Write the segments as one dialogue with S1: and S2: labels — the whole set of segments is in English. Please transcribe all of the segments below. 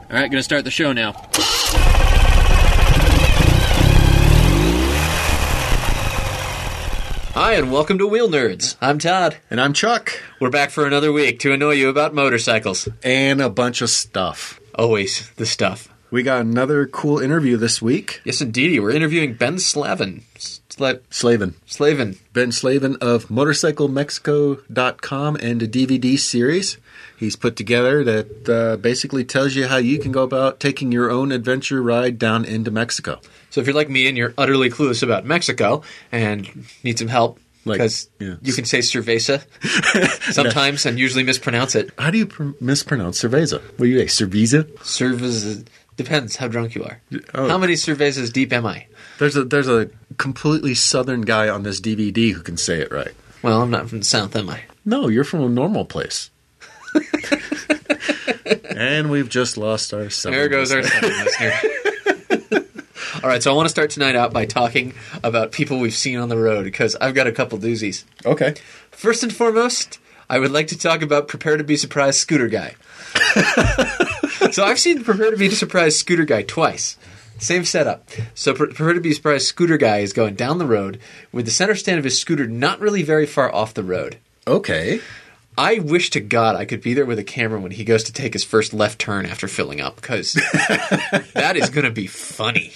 S1: All right, gonna start the show now.
S2: Hi, and welcome to Wheel Nerds. I'm Todd.
S3: And I'm Chuck.
S2: We're back for another week to annoy you about motorcycles.
S3: And a bunch of stuff.
S2: Always the stuff.
S3: We got another cool interview this week.
S2: Yes, indeedy. We're interviewing Ben Slavin. Sla-
S3: Slavin.
S2: Slavin.
S3: Ben Slavin of MotorcycleMexico.com and a DVD series he's put together that uh, basically tells you how you can go about taking your own adventure ride down into Mexico.
S2: So if you're like me and you're utterly clueless about Mexico and need some help,
S3: Like,
S2: because
S3: yeah.
S2: you can say cerveza sometimes and usually mispronounce it.
S3: How do you pr- mispronounce cerveza? What do you say, cerveza?
S2: Cerveza depends how drunk you are.
S3: oh.
S2: How many cervezas deep am I?
S3: There's a there's a completely southern guy on this DVD who can say it right.
S2: Well, I'm not from the south, am I?
S3: No, you're from a normal place. and we've just lost our. southern
S2: There goes our second listener. All right, so I want to start tonight out by talking about people we've seen on the road because I've got a couple doozies.
S3: Okay.
S2: First and foremost, I would like to talk about Prepare to Be Surprised Scooter Guy. so I've seen Prepare to Be Surprised Scooter Guy twice. Same setup. So Pre- Prepare to Be Surprised Scooter Guy is going down the road with the center stand of his scooter not really very far off the road.
S3: Okay.
S2: I wish to God I could be there with a camera when he goes to take his first left turn after filling up because that is going to be funny.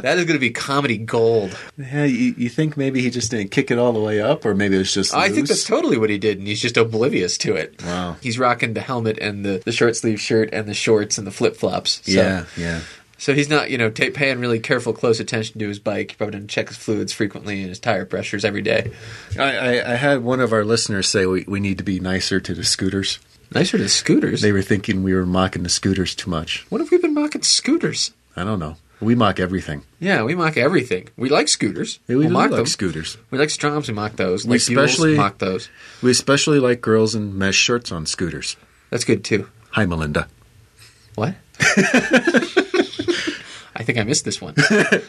S2: That is going to be comedy gold.
S3: Yeah, you, you think maybe he just didn't kick it all the way up, or maybe it was just.
S2: I think
S3: loose?
S2: that's totally what he did, and he's just oblivious to it.
S3: Wow.
S2: He's rocking the helmet and the, the short sleeve shirt and the shorts and the flip flops. So.
S3: Yeah, yeah.
S2: So he's not, you know, ta paying really careful, close attention to his bike. He probably doesn't check his fluids frequently and his tire pressures every day.
S3: I, I, I had one of our listeners say we, we need to be nicer to the scooters.
S2: Nicer to scooters.
S3: They were thinking we were mocking the scooters too much.
S2: what have we been mocking scooters?
S3: I don't know. We mock everything.
S2: Yeah, we mock everything. We like scooters.
S3: Yeah, we
S2: We'll
S3: do
S2: mock
S3: like
S2: them.
S3: scooters.
S2: We like Stroms. We mock those.
S3: We
S2: Like especially
S3: especially-
S2: mock those.
S3: We especially like girls in mesh shirts on scooters.
S2: That's good too.
S3: Hi, Melinda.
S2: What? I think I missed this one.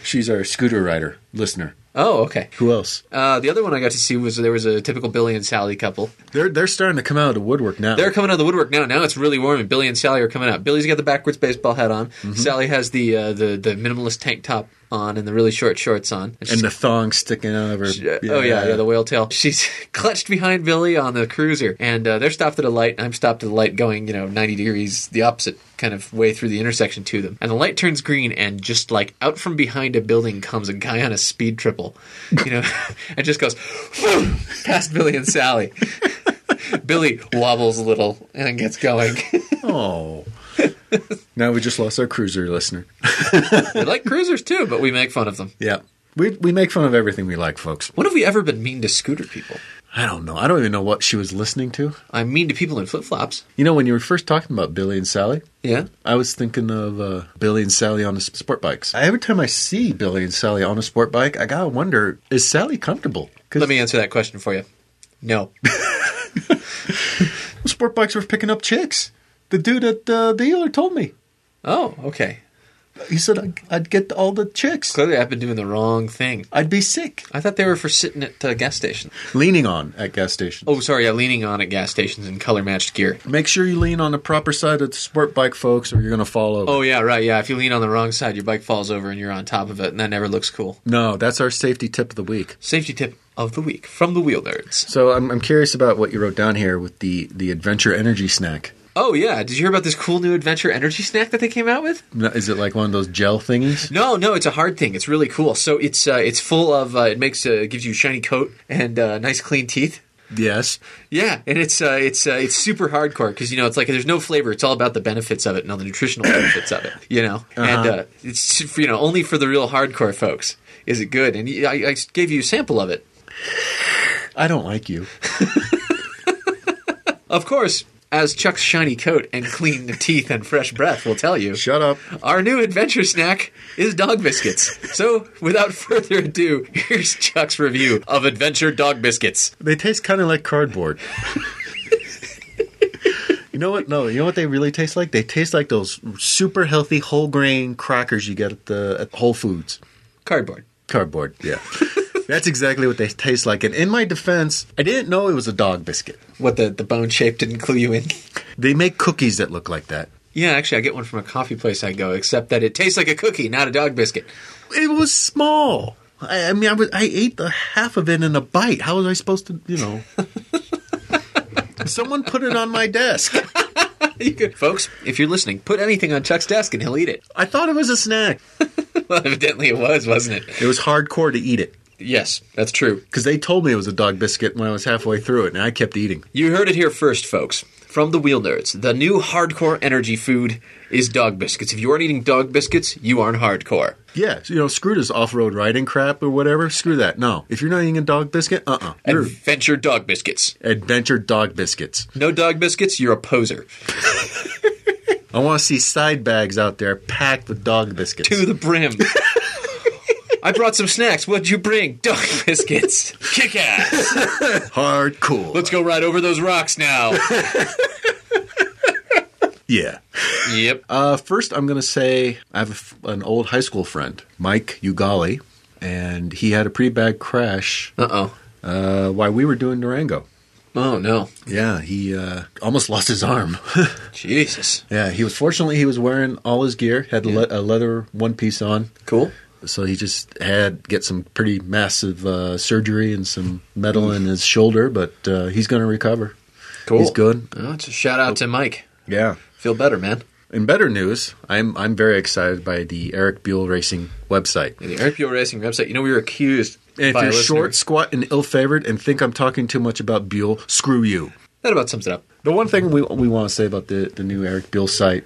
S3: She's our scooter rider listener.
S2: Oh, okay.
S3: Who else?
S2: Uh, the other one I got to see was there was a typical Billy and Sally couple.
S3: They're they're starting to come out of the woodwork now.
S2: They're coming out of the woodwork now. Now it's really warm, and Billy and Sally are coming out. Billy's got the backwards baseball hat on.
S3: Mm-hmm.
S2: Sally has the uh, the the minimalist tank top on and the really short shorts on.
S3: and the thong sticking out of her.
S2: Yeah, Oh yeah, yeah, the whale tail. She's clutched behind Billy on the cruiser, and uh, they're stopped at a light, and I'm stopped at a light, going you know 90 degrees the opposite kind of way through the intersection to them, and the light turns green, and just like out from behind a building comes a guy on a speed triple, you know, and just goes past Billy and Sally. Billy wobbles a little and gets going.
S3: oh. now we just lost our cruiser listener.
S2: we like cruisers too, but we make fun of them.
S3: Yeah. We, we make fun of everything we like, folks.
S2: When have we ever been mean to scooter people?
S3: I don't know. I don't even know what she was listening to.
S2: I'm mean to people in flip flops.
S3: You know, when you were first talking about Billy and Sally,
S2: Yeah.
S3: I was thinking of uh, Billy and Sally on the s- sport bikes. Every time I see Billy and Sally on a sport bike, I gotta wonder: Is Sally comfortable? Because
S2: Let me answer that question for you. No.
S3: sport bikes were picking up chicks. The dude at uh, the dealer told me.
S2: Oh, okay.
S3: He said I'd- I'd get all the chicks.
S2: Clearly, I've been doing the wrong thing.
S3: I'd be sick.
S2: I thought they were for sitting at uh, gas stations.
S3: Leaning on at gas stations.
S2: Oh, sorry, yeah, leaning on at gas stations in color matched gear.
S3: Make sure you lean on the proper side of the sport bike, folks, or you're gonna fall over.
S2: Oh, yeah, right, yeah. If you lean on the wrong side, your bike falls over and you're on top of it, and that never looks cool.
S3: No, that's our safety tip of the week.
S2: Safety tip of the week from the Wheel Nerds.
S3: So I'm, I'm curious about what you wrote down here with the the adventure energy snack.
S2: Oh, yeah, did you hear about this cool new adventure energy snack that they came out with?
S3: No, Is it like one of those gel thingies?
S2: No, no, it's a hard thing. It's really cool. So it's uh, it's full of uh, it makes uh, gives you a shiny coat and uh, nice clean teeth.
S3: Yes.
S2: Yeah, and it's uh, it's uh, it's super hardcore because you know it's like there's no flavor. It's all about the benefits of it and all the nutritional benefits of it. You know, and uh, it's for, you know only for the real hardcore folks is it good. And y- I, I gave you a sample of it.
S3: I don't like you.
S2: Of course, as Chuck's shiny coat and clean teeth and fresh breath will tell you.
S3: Shut up.
S2: Our new adventure snack is dog biscuits. So, without further ado, here's Chuck's review of Adventure Dog Biscuits.
S3: They taste kind of like cardboard. you know what? No, you know what they really taste like? They taste like those super healthy whole grain crackers you get at the at Whole Foods.
S2: Cardboard.
S3: Cardboard, yeah. That's exactly what they taste like. And in my defense, I didn't know it was a dog biscuit.
S2: What the the bone shape didn't clue you in.
S3: They make cookies that look like that.
S2: Yeah, actually, I get one from a coffee place I go, except that it tastes like a cookie, not a dog biscuit.
S3: It was small. I, I mean, I, was, I ate the half of it in a bite. How was I supposed to, you know? Someone put it on my desk.
S2: You could- folks, if you're listening, put anything on Chuck's desk and he'll eat it.
S3: I thought it was a snack.
S2: well, evidently it was, wasn't it?
S3: It was hardcore to eat it
S2: Yes, that's true.
S3: because they told me it was a dog biscuit when I was halfway through it, and I kept eating.
S2: You heard it here first, folks. From the Wheel Nerds, the new hardcore energy food is dog biscuits. If you aren't eating dog biscuits, you aren't hardcore.
S3: Yeah, so, you know, screw this off-road riding crap or whatever. Screw that. No, if you're not eating a dog biscuit, uh-uh. You're
S2: Adventure dog biscuits.
S3: adventure dog biscuits.
S2: No dog biscuits, you're a poser.
S3: I want to see side bags out there packed with dog biscuits.
S2: To the brim. I brought some snacks. What'd you bring? Dog biscuits. Kick ass.
S3: Hardcore.
S2: Let's go right over those rocks now.
S3: yeah.
S2: yep.
S3: Uh, first, I'm going to say I have a f an old high school friend, Mike Ugali, and he had a pretty bad crash
S2: Uh oh.
S3: uh, while we were doing Durango.
S2: Oh no.
S3: Yeah, he uh, almost lost his arm.
S2: Jesus.
S3: yeah, he was fortunately he was wearing all his gear, had le- a leather one piece on,
S2: Cool.
S3: so he just had get some pretty massive uh, surgery and some metal in his shoulder, but uh, he's going to recover.
S2: Cool.
S3: He's good.
S2: Oh, it's a shout out to Mike.
S3: Yeah.
S2: Feel better, man.
S3: In better news, I'm I'm very excited by the Eric Buell Racing website.
S2: Yeah, the Eric Buell Racing website. You know, we were accused
S3: And if
S2: by
S3: you're
S2: a listener-
S3: short, squat, and ill-favored, and think I'm talking too much about Buell, screw you.
S2: That about sums it up.
S3: The one thing we we want to say about the the new Eric Buell site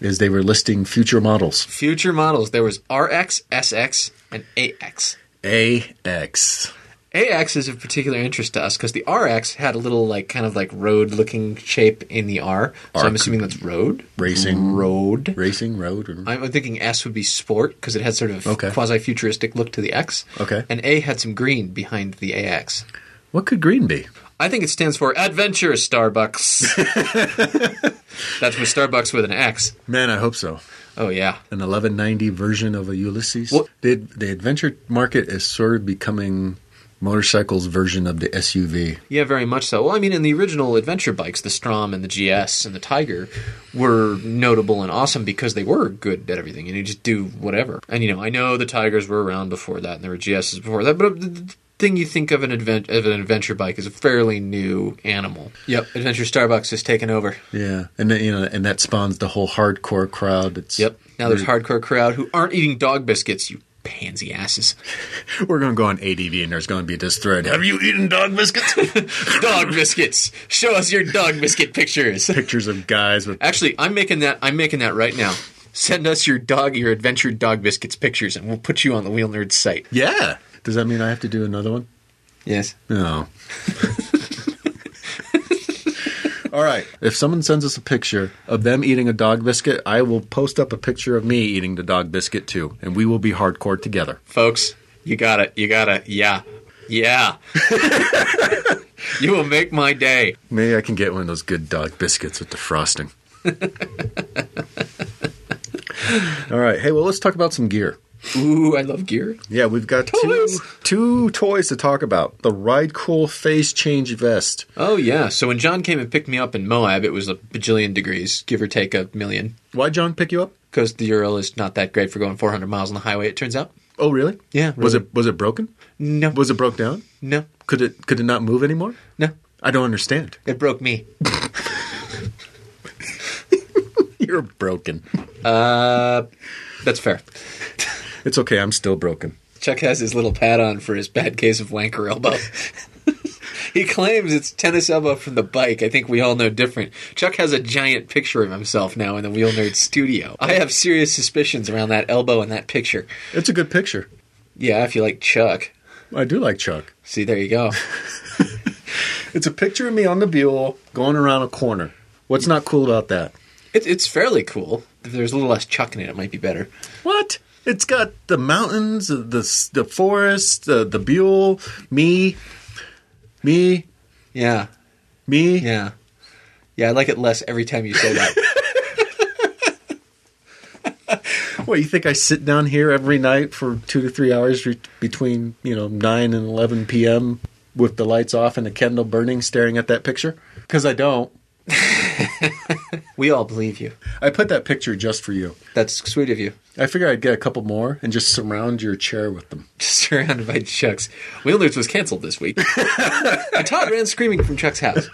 S3: is they were listing future models.
S2: Future models. There was RX, SX, and AX.
S3: AX.
S2: AX is of particular interest to us because the RX had a little like kind of like road looking shape in the R. So I'm
S3: Arc.
S2: assuming that's road
S3: Racing.
S2: Road.
S3: Racing road. Or,
S2: I'm I'm thinking S would be sport because it had sort of
S3: Okay.
S2: quasi futuristic look to the X.
S3: Okay.
S2: And A had some green behind the AX.
S3: what could green be?
S2: I think it stands for Adventure Starbucks. That's with Starbucks with an X.
S3: Man, I hope so.
S2: Oh yeah.
S3: An 1190 version of a Ulysses.
S2: Well-
S3: the the adventure market is sort of becoming motorcycles version of the SUV.
S2: Yeah, very much so. Well, I mean, in the original adventure bikes, the Strom and the GS and the Tiger were notable and awesome because they were good at everything, and you just do whatever. And you know, I know the Tigers were around before that, and there were GSs before that, but the- the thing you think of an advent- of an adventure bike is a fairly new animal. Yep, Adventure Starbucks has taken over.
S3: Yeah, and then, you know, and that spawns the whole hardcore crowd. It's,
S2: Yep. Now there's hardcore crowd who aren't eating dog biscuits. You pansy asses.
S3: We're going to go on ADV, and there's going to be this thread. Have you eaten dog biscuits?
S2: dog biscuits. Show us your dog biscuit pictures.
S3: Pictures of guys with
S2: Actually, I'm making that. I'm making that right now. Send us your dog, your adventure dog biscuits pictures, and we'll put you on the Wheel Nerds site.
S3: yeah. Does that mean I have to do another one?
S2: Yes.
S3: No. All right. If someone sends us a picture of them eating a dog biscuit, I will post up a picture of me eating the dog biscuit too, and we will be hardcore together.
S2: folks. You got it. You got it. Yeah. Yeah. you will make my day.
S3: Maybe I can get one of those good dog biscuits with the frosting. All right. Hey, well, let's talk about some gear.
S2: Ooh, I love gear.
S3: Yeah, we've got
S2: Toys.
S3: two two toys to talk about. The Ride Cool Phase Change Vest.
S2: Oh yeah. So when John came and picked me up in Moab, it was a bajillion degrees, give or take a million,
S3: Why John pick you up?
S2: because the Ural is not that great for going 400 miles on the highway. It turns out.
S3: Oh, really?
S2: Yeah,
S3: Was
S2: really.
S3: it was it broken?
S2: No.
S3: Was it broke down?
S2: no.
S3: Could it could it not move anymore?
S2: No.
S3: I don't understand.
S2: It broke me.
S3: You're broken.
S2: Uh, that's fair.
S3: It's okay. I'm still broken.
S2: Chuck has his little pad on for his bad case of wanker elbow. he claims it's tennis elbow from the bike. I think we all know different. Chuck has a giant picture of himself now in the Wheel Nerd studio. I have serious suspicions around that elbow and that picture.
S3: It's a good picture.
S2: Yeah, if you like Chuck.
S3: I do like Chuck.
S2: See, there you go.
S3: It's a picture of me on the Buell going around a corner. What's not cool about that?
S2: It, it's fairly cool. If there's a little less Chuck in it, it might be better.
S3: What? It's got the mountains, the the, the forest, the, the Buell, me, me,
S2: Yeah,
S3: me.
S2: yeah. Yeah, I like it less every time you say that.
S3: What you think I sit down here every night for two to three hours re- between you know nine and eleven p.m. with the lights off and a candle burning, staring at that picture? Because I don't.
S2: We all believe you.
S3: I put that picture just for you.
S2: That's sweet of you.
S3: I figure I'd get a couple more and just surround your chair with them.
S2: Surrounded by Chucks. Wheelers was canceled this week. and Todd ran screaming from Chuck's house.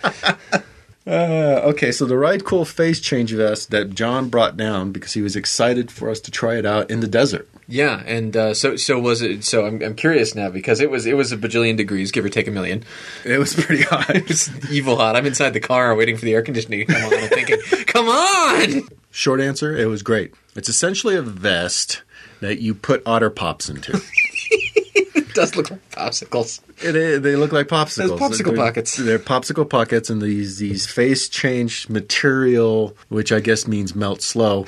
S3: Uh, okay, so the ride cool phase change vest that John brought down because he was excited for us to try it out in the desert.
S2: Yeah, and uh, so so was it. So I'm, I'm curious now because it was it was a bajillion degrees, give or take a million.
S3: It was pretty hot.
S2: It's evil hot. I'm inside the car waiting for the air conditioning to come on. I'm thinking, come on.
S3: Short answer, it was great. It's essentially a vest that you put otter pops into.
S2: It does look like popsicles.
S3: It is, they look like popsicles.
S2: Those popsicle
S3: They're-
S2: pockets.
S3: They're popsicle pockets, and these these face change material, which I guess means melt slow.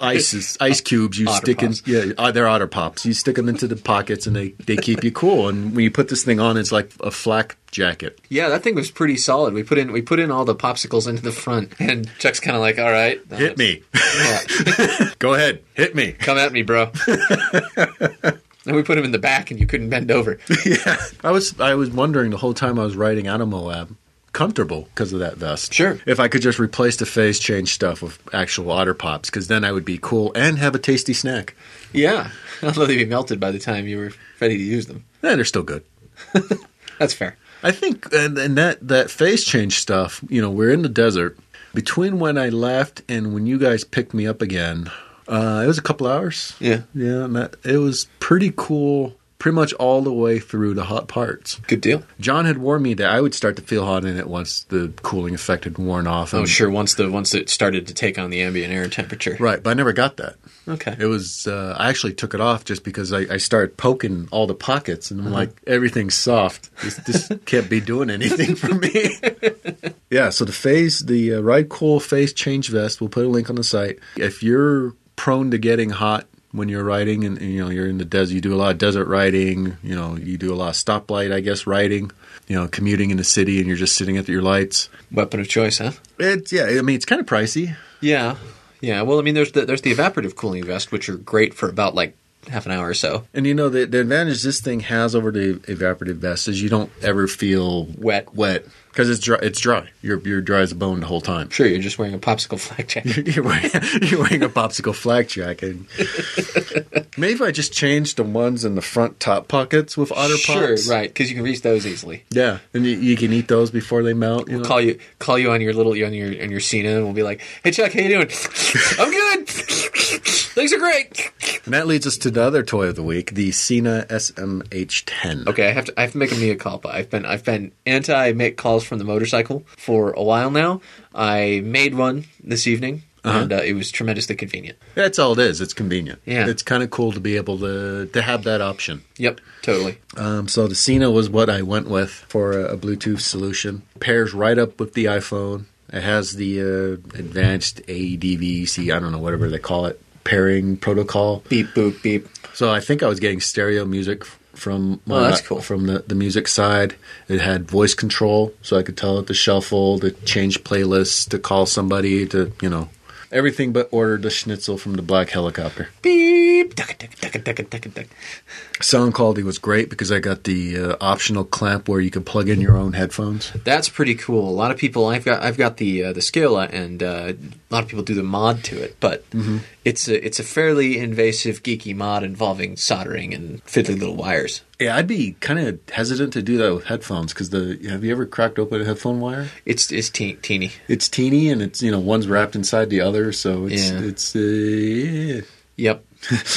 S3: Ice is, ice cubes you
S2: Otter
S3: stick
S2: Pops.
S3: in yeah uh, they're otter pops you stick them into the pockets and they, they keep you cool and when you put this thing on it's like a flak jacket
S2: Yeah, that thing was pretty solid. We put in we put in all the popsicles into the front, and Chuck's kind of like, all right, uh,
S3: hit me
S2: yeah,
S3: go ahead hit me
S2: come at me, bro. and we put him in the back, and you couldn't bend over.
S3: yeah I was I was wondering the whole time I was riding out of Moab comfortable because of that vest
S2: Sure.
S3: if I could just replace the phase change stuff with actual otter pops because then I would be cool and have a tasty snack
S2: Yeah, although they'd be melted by the time you were ready to use them.
S3: Yeah, they're still good.
S2: That's fair.
S3: I think, and, and that that phase change stuff. You know, we're in the desert. Between when I left and when you guys picked me up again, uh, it was a couple hours.
S2: Yeah.
S3: yeah. And that, it was pretty cool. Pretty much all the way through the hot parts.
S2: Good deal.
S3: John had warned me that I would start to feel hot in it once the cooling effect had worn off.
S2: Oh,
S3: and-
S2: sure. Once the once it started to take on the ambient air temperature.
S3: Right, but I never got that.
S2: Okay.
S3: It was. Uh, I actually took it off just because I, I started poking all the pockets, and I'm like, everything's soft. This, this can't be doing anything for me. yeah. So the phase, the uh, ride cool phase change vest. We'll put a link on the site. If you're prone to getting hot when you're riding, and, and, you know you're in the desert, you do a lot of desert riding. You know, you do a lot of stoplight, I guess, riding. You know, commuting in the city, and you're just sitting at your lights.
S2: Weapon of choice, huh?
S3: It's yeah. I mean, it's kind of pricey.
S2: Yeah, yeah. Well, I mean, there's the, there's the evaporative cooling vest, which are great for about like half an hour or so.
S3: And you know the the advantage this thing has over the evaporative vest is you don't ever feel
S2: Wet.
S3: wet because it's dry. It's dry. You're you're dry as a bone the whole time.
S2: Sure, you're just wearing a popsicle flag jacket.
S3: You're wearing, you're wearing a popsicle flag jacket. Maybe if I just changed the ones in the front top pockets with otter
S2: sure,
S3: pops.
S2: right? Because you can reach those easily.
S3: Yeah, and you, you can eat those before they melt. You know?
S2: Call you, call you on your little on your on your Cena, and we'll be like, "Hey Chuck, how you doing? I'm good. Things are great."
S3: and that leads us to the other toy of the week, the Cena SMH10.
S2: Okay, I have to I have to make a mea culpa. I've been I've been anti make calls from the motorcycle for a while now. I made one this evening, and uh, it was tremendously convenient.
S3: That's all it is. It's convenient.
S2: Yeah.
S3: It's kind of cool to be able to to have that option.
S2: Yep, totally.
S3: Um, so the Cena was what I went with for a, a Bluetooth solution. Pairs right up with the iPhone. It has the uh, advanced ADVC, I don't know whatever they call it, pairing protocol.
S2: Beep boop beep.
S3: So I think I was getting stereo music f- from my
S2: Oh, that's cool.
S3: from the, the music side. It had voice control, so I could tell it to shuffle, to change playlists, to call somebody, to you know everything but order the schnitzel from the black helicopter.
S2: beep. Duck, duck, duck, duck, duck, duck.
S3: Sound quality was great because I got the uh, optional clamp where you could plug in your own headphones.
S2: That's pretty cool. A lot of people, I've got, I've got the uh, the Scala, and uh, a lot of people do the mod to it. But it's a it's a fairly invasive, geeky mod involving soldering and fiddly little wires.
S3: Yeah, I'd be kind of hesitant to do that with headphones because the have you ever cracked open a headphone wire?
S2: It's it's teen, teeny.
S3: It's teeny and it's you know one's wrapped inside the other, so it's
S2: Yeah.
S3: it's uh, yeah.
S2: Yep,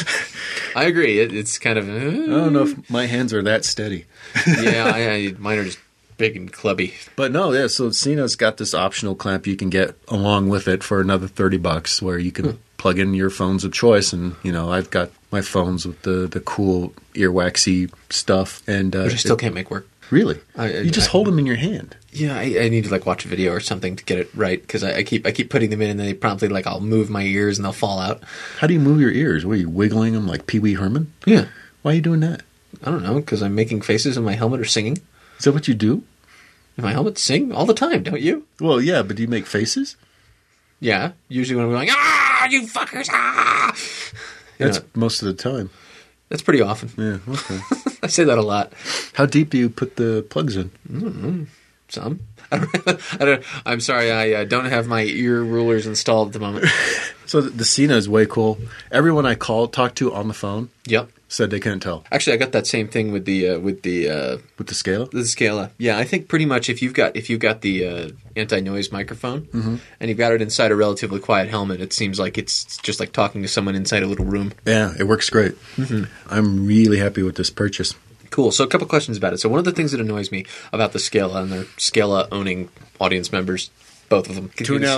S2: I agree. It, it's kind of
S3: I
S2: uh,
S3: don't know if my hands are that steady,
S2: yeah. I, I, mine are just big and clubby.
S3: but no, yeah. So Cena's got this optional clamp you can get along with it for another thirty bucks, where you can
S2: Hmm.
S3: plug in your phones of choice, and you know I've got my phones with the the cool earwaxy stuff, and uh,
S2: Which I still can't make work.
S3: really
S2: I- I-
S3: you just
S2: I-
S3: hold them in your hand.
S2: Yeah, I, I need to like watch a video or something to get it right because I, I keep I keep putting them in and then they promptly like I'll move my ears and they'll fall out.
S3: How do you move your ears? Were you wiggling them like Pee Wee Herman?
S2: Yeah,
S3: Why are you doing that?
S2: I don't know because I'm making faces in my helmet or singing.
S3: Is that what you do?
S2: And my helmet sing all the time, don't you?
S3: Well, yeah, but do you make faces?
S2: Yeah, usually when I'm going, ah, you fuckers, ah. You know,
S3: That's most of the time.
S2: that's pretty often.
S3: Yeah. Okay.
S2: I say that a lot.
S3: How deep do you put the plugs in?
S2: some. I don't. I don't I'm sorry. I uh, don't have my ear rulers installed at the moment.
S3: So the, the Cena is way cool. Everyone I called, talked to on the phone
S2: yep.
S3: said they couldn't tell
S2: Actually, I got that same thing with the uh, with the uh,
S3: with the scale.
S2: the Scala. Yeah, I think pretty much if you've got if you've got the uh, anti noise microphone
S3: Mm-hmm.
S2: and you've got it inside a relatively quiet helmet, it seems like it's just like talking to someone inside a little room.
S3: Yeah, it works great. I'm really happy with this purchase.
S2: Cool. So a couple questions about it. So one of the things that annoys me about the Scala and their Scala owning audience members, both of them.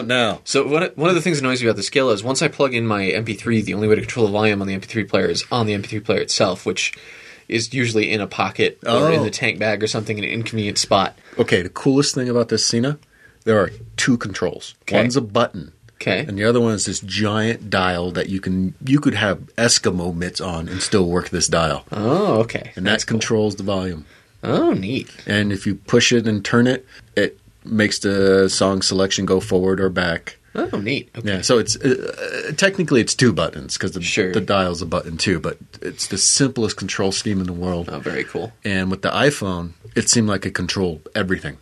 S3: now.
S2: So one one of the things that annoys me about the Scala is once I plug in my MP3, the only way to control the volume on the MP3 player is on the MP3 player itself, which is usually in a pocket or in
S3: Oh.
S2: the tank bag or something in an inconvenient spot.
S3: Okay, the coolest thing about this Cena, there are two controls.
S2: Okay.
S3: One's a button.
S2: Okay.
S3: And the other one is this giant dial that you can you could have Eskimo mitts on and still work this dial.
S2: Oh, okay.
S3: And that controls the volume.
S2: Oh, neat.
S3: And if you push it and turn it, it makes the song selection go forward or back.
S2: Oh, neat. Okay.
S3: Yeah, so it's uh, uh, technically it's two buttons because the,
S2: Sure.
S3: the dial's a button too, but it's the simplest control scheme in the world.
S2: Oh, very cool.
S3: And with the iPhone, it seemed like it controlled everything.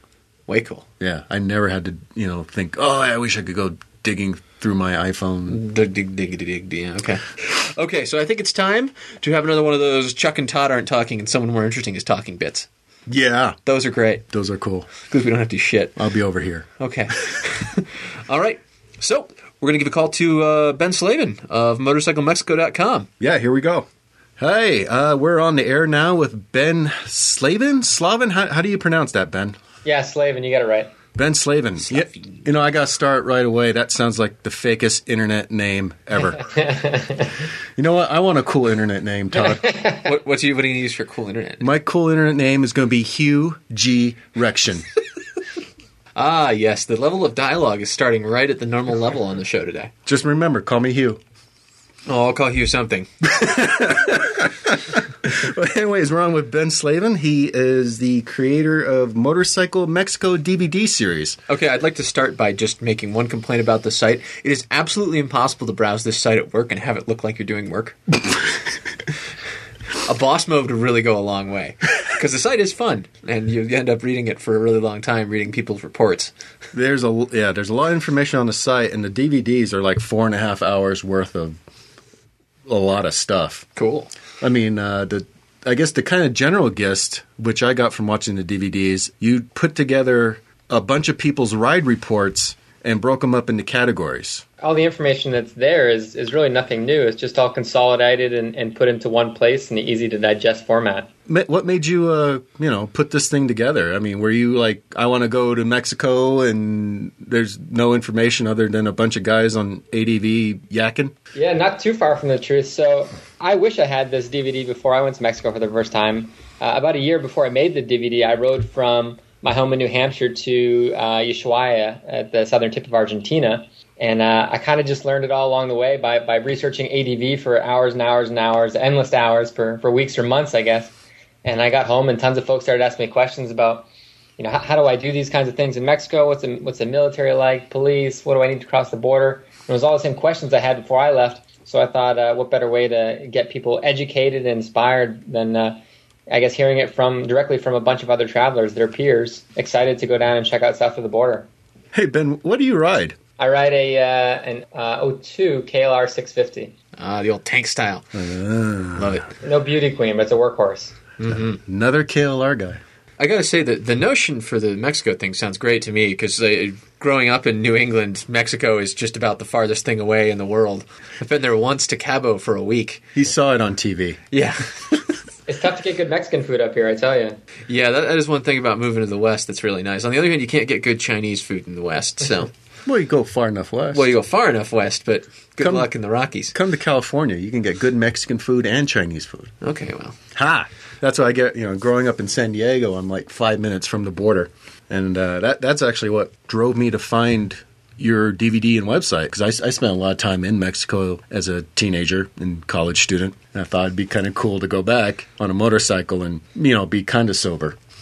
S2: Way cool.
S3: Yeah, I never had to, you know, think, oh, I wish I could go digging through my iPhone.
S2: Dig, dig, dig, dig, dig, dig. Yeah, Okay. Okay, so I think it's time to have another one of those Chuck and Todd aren't talking and someone more interesting is talking bits.
S3: Yeah,
S2: Those are great
S3: those are cool.
S2: because we don't have to do shit.
S3: I'll be over here.
S2: Okay. All right. So we're going to give a call to uh, Ben Slavin of MotorcycleMexico.com.
S3: Yeah, here we go. Hey, uh, we're on the air now with Ben Slavin. Slavin, how, how do you pronounce that, Ben?
S1: Yeah, Slavin, you got it right.
S3: Ben Slavin. Yeah, you know, I got to start right away. That sounds like the fakest internet name ever. you know what? I want a cool internet name, Todd.
S2: What, what, do you, what do you use for cool internet?
S3: My cool internet name is going to be Hugh G. Rection.
S2: Ah, yes. The level of dialogue is starting right at the normal level on the show today.
S3: Just remember, call me Hugh.
S2: Oh, I'll call you something.
S3: But anyways, we're on with Ben Slavin. He is the creator of Motorcycle Mexico DVD series.
S2: Okay, I'd like to start by just making one complaint about the site. It is absolutely impossible to browse this site at work and have it look like you're doing work. a boss mode would really go a long way because the site is fun, and you end up reading it for a really long time, reading people's reports.
S3: There's a yeah, there's a lot of information on the site, and the DVDs are like four and a half hours worth of a lot of stuff.
S2: Cool.
S3: I mean, uh, the I guess the kind of general gist which I got from watching the DVDs, you put together a bunch of people's ride reports and broke them up into categories.
S1: All the information that's there is, is really nothing new. It's just all consolidated and, and put into one place in an easy to digest format.
S3: Ma- What made you, uh, you know, put this thing together? I mean, were you like, I want to go to Mexico and there's no information other than a bunch of guys on ADV yakking?
S1: Yeah, not too far from the truth. So I wish I had this DVD before I went to Mexico for the first time. Uh, about a year before I made the DVD, I rode from my home in New Hampshire to uh, Ushuaia at the southern tip of Argentina. And uh, I kind of just learned it all along the way by, by researching ADV for hours and hours and hours, endless hours for, for weeks or months, I guess. And I got home, and tons of folks started asking me questions about you know, how, how do I do these kinds of things in Mexico? What's the, what's the military like? Police? What do I need to cross the border? And it was all the same questions I had before I left. So I thought, uh, what better way to get people educated and inspired than, uh, I guess, hearing it from directly from a bunch of other travelers, their peers, excited to go down and check out south of the border.
S3: Hey, Ben, what do you ride?
S1: I ride a uh, an uh, 02 KLR 650.
S2: Ah, the old tank style. Love it.
S1: No beauty queen, but it's a workhorse.
S3: Another KLR guy.
S2: I gotta say that the notion for the Mexico thing sounds great to me because growing up in New England, Mexico is just about the farthest thing away in the world. I've been there once to Cabo for a week.
S3: He saw it on TV.
S2: Yeah,
S1: It's tough to get good Mexican food up here, I tell you.
S2: yeah, that, that is one thing about moving to the West that's really nice. On the other hand, you can't get good Chinese food in the West, so
S3: Well, you go far enough west.
S2: well, you go far enough west, but good
S3: Come-
S2: luck in the Rockies.
S3: come to California, you can get good Mexican food and Chinese food.
S2: Okay, well,
S3: Ha! That's what I get. You know, growing up in San Diego, I'm like five minutes from the border, and uh, that that's actually what drove me to find your DVD and website because I, s- I spent a lot of time in Mexico as a teenager and college student, and I thought it'd be kind of cool to go back on a motorcycle and you know be kind of sober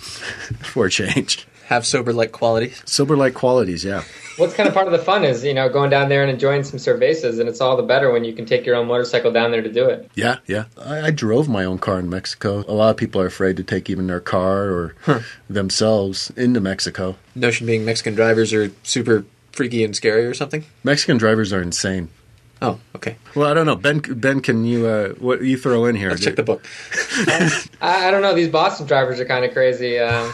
S3: for a change.
S2: have sober like qualities.
S3: Sober like qualities, yeah.
S1: What's kind of part of the fun is you know going down there and enjoying some cervezas, and it's all the better when you can take your own motorcycle down there to do it.
S3: Yeah, yeah. I, I drove my own car in Mexico. A lot of people are afraid to take even their car or themselves into Mexico.
S2: Notion being Mexican drivers are super freaky and scary or something.
S3: Mexican drivers are insane.
S2: Oh, okay.
S3: Well, I don't know, Ben. Ben, can you uh, what you throw in here?
S2: Let's check the book.
S1: I, I don't know. These Boston drivers are kind of crazy. Um,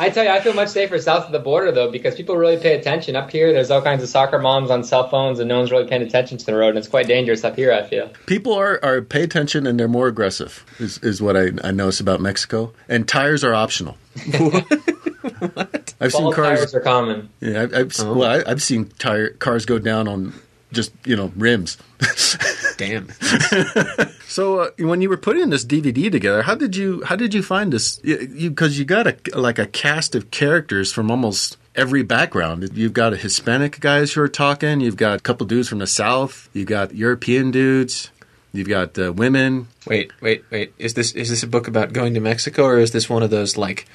S1: I tell you, I feel much safer south of the border though because people really pay attention. Up here, there's all kinds of soccer moms on cell phones, and no one's really paying attention to the road. And it's quite dangerous up here. I feel.
S3: People are, are pay attention and they're more aggressive. Is is what I, I notice about Mexico. And tires are optional. I've
S1: Bald
S3: seen cars.
S1: tires are common.
S3: Yeah, I've, I've,
S2: Oh.
S3: well, I, I've seen tire cars go down on just you know rims.
S2: Damn.
S3: So uh, when you were putting this DVD together, how did you how did you find this? Because you, 'cause you got a like a cast of characters from almost every background. You've got Hispanic guys who are talking. You've got a couple dudes from the south. You've got European dudes. You've got uh, women.
S2: Wait, wait, wait. Is this is this a book about going to Mexico, or is this one of those like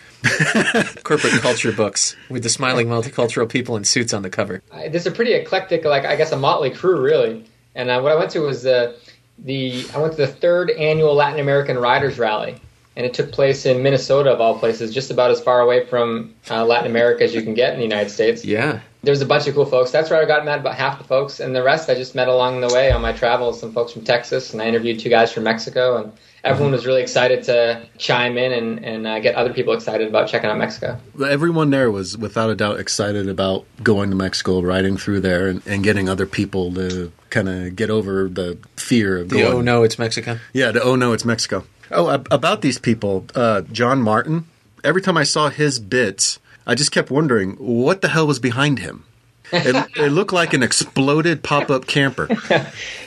S2: corporate culture books with the smiling multicultural people in suits on the cover?
S1: I, this is a pretty eclectic, like I guess a motley crew, really. And uh, what I went to was uh, the I went to the third annual Latin American Riders Rally, and it took place in Minnesota, of all places, just about as far away from uh, Latin America as you can get in the United States.
S2: Yeah.
S1: There's a bunch of cool folks. That's where I got met about half the folks, and the rest I just met along the way on my travels. Some folks from Texas, and I interviewed two guys from Mexico, and everyone was really excited to chime in and, and uh, get other people excited about checking out Mexico.
S3: Everyone there was without a doubt excited about going to Mexico, riding through there, and, and getting other people to kind of get over the fear of
S2: The
S3: going.
S2: oh no, it's Mexico.
S3: Yeah, the, oh no, it's Mexico. Oh, ab- about these people, uh, John Martin. Every time I saw his bits, I just kept wondering what the hell was behind him. It, it looked like an exploded pop-up camper.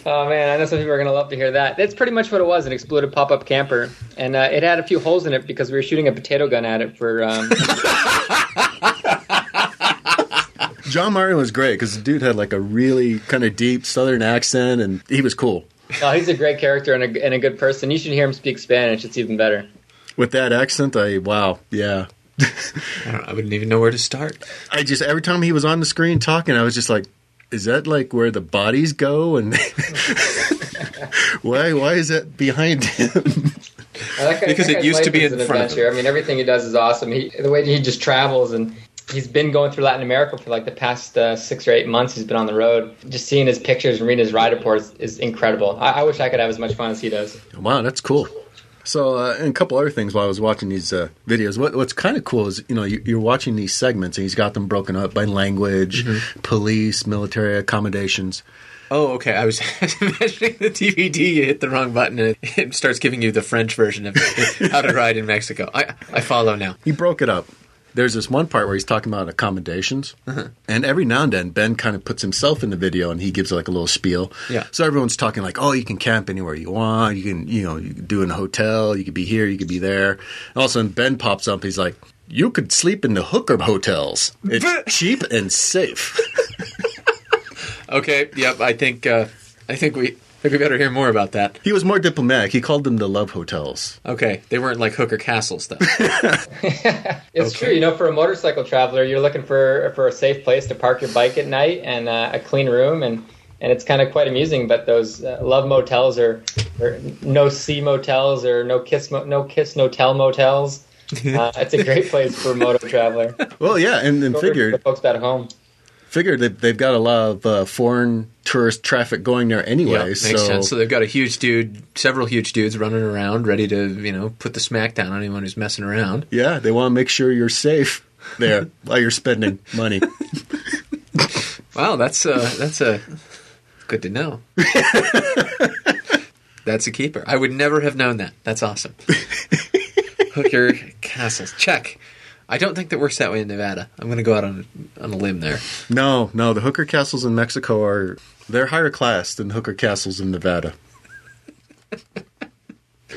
S1: Oh man, I know some people are gonna love to hear that. That's pretty much what it was—an exploded pop-up camper, and uh, it had a few holes in it because we were shooting a potato gun at it for. Um,
S3: John Martin was great because the dude had like a really kind of deep Southern accent, and he was cool.
S1: oh, he's a great character and a, and a good person. You should hear him speak Spanish; it's even better.
S3: With that accent, I wow, yeah.
S2: I, don't, I wouldn't even know where to start.
S3: I just every time he was on the screen talking, I was just like, is that like where the bodies go? And why why is that behind him?
S1: Well, that guy-
S2: Because
S1: that
S2: it
S1: guy's
S2: used to
S1: life
S2: be
S1: is
S2: in
S1: an
S2: front of
S1: adventure. I mean, everything he does is awesome. He, the way he just travels and. He's been going through Latin America for like the past uh, six or eight months. He's been on the road. Just seeing his pictures and reading his ride reports is incredible. I, I wish I could have as much fun as he does.
S3: Wow, that's cool. So, uh, and a couple other things while I was watching these uh, videos. What, what's kind of cool is, you know, you, you're watching these segments and he's got them broken up by language, police, military accommodations.
S2: Oh, okay. I was imagining the DVD. You hit the wrong button, and it, it starts giving you the French version of how to ride in Mexico. I I follow now.
S3: He broke it up. There's this one part where he's talking about accommodations,
S2: Uh-huh.
S3: and every now and then Ben kind of puts himself in the video and he gives like a little spiel.
S2: Yeah.
S3: So everyone's talking like, "Oh, you can camp anywhere you want. You can, you know, you can do in a hotel. You could be here. You could be there." And all of a sudden, Ben pops up. He's like, "You could sleep in the hooker hotels. It's cheap and safe."
S2: Okay. Yep. I think uh, I think we I think we better hear more about that.
S3: He was more diplomatic. He called them the love hotels.
S2: Okay. They weren't like hooker castles though.
S1: It's
S2: Okay.
S1: true. You know, for a motorcycle traveler, you're looking for for a safe place to park your bike at night and uh, a clean room, and and it's kind of quite amusing. But those uh, love motels or, or no see motels or no kiss mo- no kiss no tell motels. Uh, it's a great place for a moto traveler.
S3: Well, yeah, and, and
S1: The
S3: figured
S1: folks back home.
S3: figured that they've got a lot of uh, foreign tourist traffic going there
S2: Yeah,
S3: anyway.
S2: makes
S3: so
S2: sense. So they've got a huge dude, several huge dudes running around, ready to you know put the smack down on anyone who's messing around.
S3: yeah, they want to make sure you're safe there while you're spending money.
S2: Wow, that's uh that's a good to know. that's a keeper. I would never have known that. That's awesome. Hooker castles. Check. I don't think that works that way in Nevada. I'm going to go out on on a limb there.
S3: No, no, the hooker castles in Mexico are they're higher class than hooker castles in Nevada.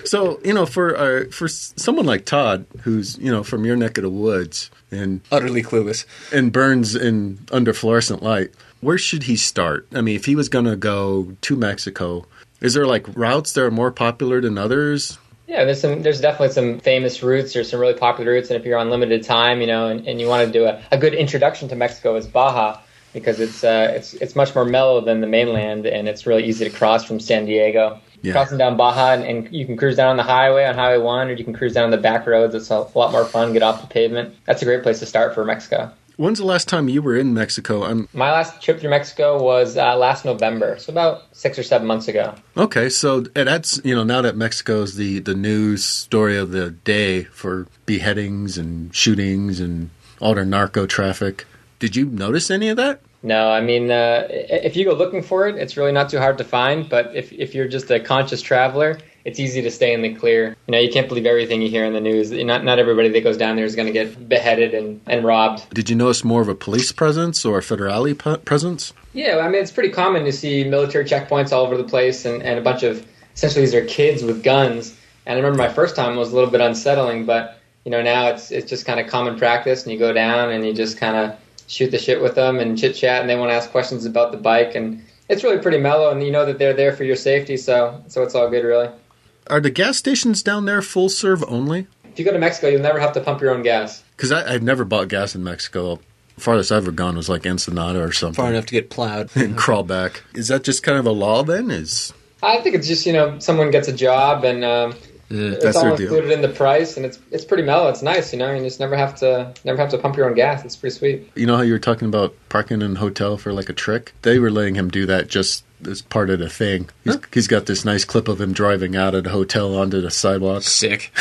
S3: So you know, for uh, for s- someone like Todd, who's you know from your neck of the woods and
S2: Utterly clueless.
S3: and burns in under fluorescent light, where should he start? I mean, if he was going to go to Mexico, is there like routes that are more popular than others?
S1: Yeah, there's some. There's definitely some famous routes or some really popular routes, and if you're on limited time, you know, and, and you want to do a, a good introduction to Mexico is Baja because it's uh, it's it's much more mellow than the mainland, and it's really easy to cross from San Diego.
S3: Yeah.
S1: Crossing down Baja, and, and you can cruise down on the highway on Highway One, or you can cruise down the back roads. It's a lot more fun. Get off the pavement. That's a great place to start for Mexico.
S3: When's the last time you were in Mexico? I'm
S1: My last trip through Mexico was uh, last November, so about six or seven months ago.
S3: okay. So and that's you know now that Mexico's the the news story of the day for beheadings and shootings and all their narco traffic. Did you notice any of that?
S1: No, I mean, uh, i- if you go looking for it, it's really not too hard to find. But if, if you're just a conscious traveler, it's easy to stay in the clear. You know, you can't believe everything you hear in the news. Not, not everybody that goes down there is going to get beheaded and, and robbed.
S3: Did you notice more of a police presence or a federale p- presence?
S1: Yeah, I mean, it's pretty common to see military checkpoints all over the place and, and a bunch of essentially these are kids with guns. And I remember my first time was a little bit unsettling, but you know now it's it's just kind of common practice, and you go down and you just kind of shoot the shit with them and chit chat, and they want to ask questions about the bike, and it's really pretty mellow, and you know that they're there for your safety, so so it's all good really.
S3: Are the gas stations down there full serve only?
S1: If you go to Mexico, you'll never have to pump your own gas.
S3: Because I've never bought gas in Mexico. Farthest I've ever gone was like Ensenada or something.
S2: far enough to get plowed.
S3: and crawl back. Is that just kind of a law then? Is
S1: I think it's just you know someone gets a job and. Um,
S2: Ugh.
S3: That's
S1: it's all
S3: their deal.
S1: included in the price, and it's it's pretty mellow. It's nice, you know. You just never have to never have to pump your own gas. It's pretty sweet.
S3: you know how you were talking about parking in a hotel for like a trick? They were letting him do that just as part of the thing. He's, he's got this nice clip of him driving out of the hotel onto the sidewalk.
S2: Sick.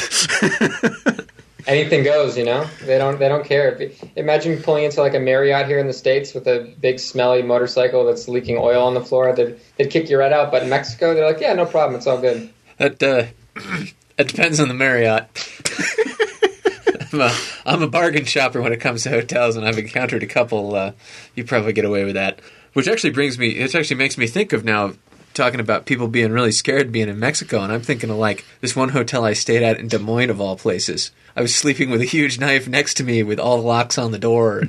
S1: Anything goes, you know. They don't they don't care. If you- imagine pulling into like a Marriott here in the states with a big smelly motorcycle that's leaking oil on the floor. They'd they'd kick you right out. But in Mexico, they're like, yeah, no problem. It's all good.
S2: That uh, that depends on the Marriott. I'm, a, I'm a bargain shopper when it comes to hotels, and I've encountered a couple. Uh, you probably get away with that, which actually brings me. It actually makes me think of now talking about people being really scared being in Mexico, and I'm thinking of like this one hotel I stayed at in Des Moines of all places. I was sleeping with a huge knife next to me with all the locks on the door.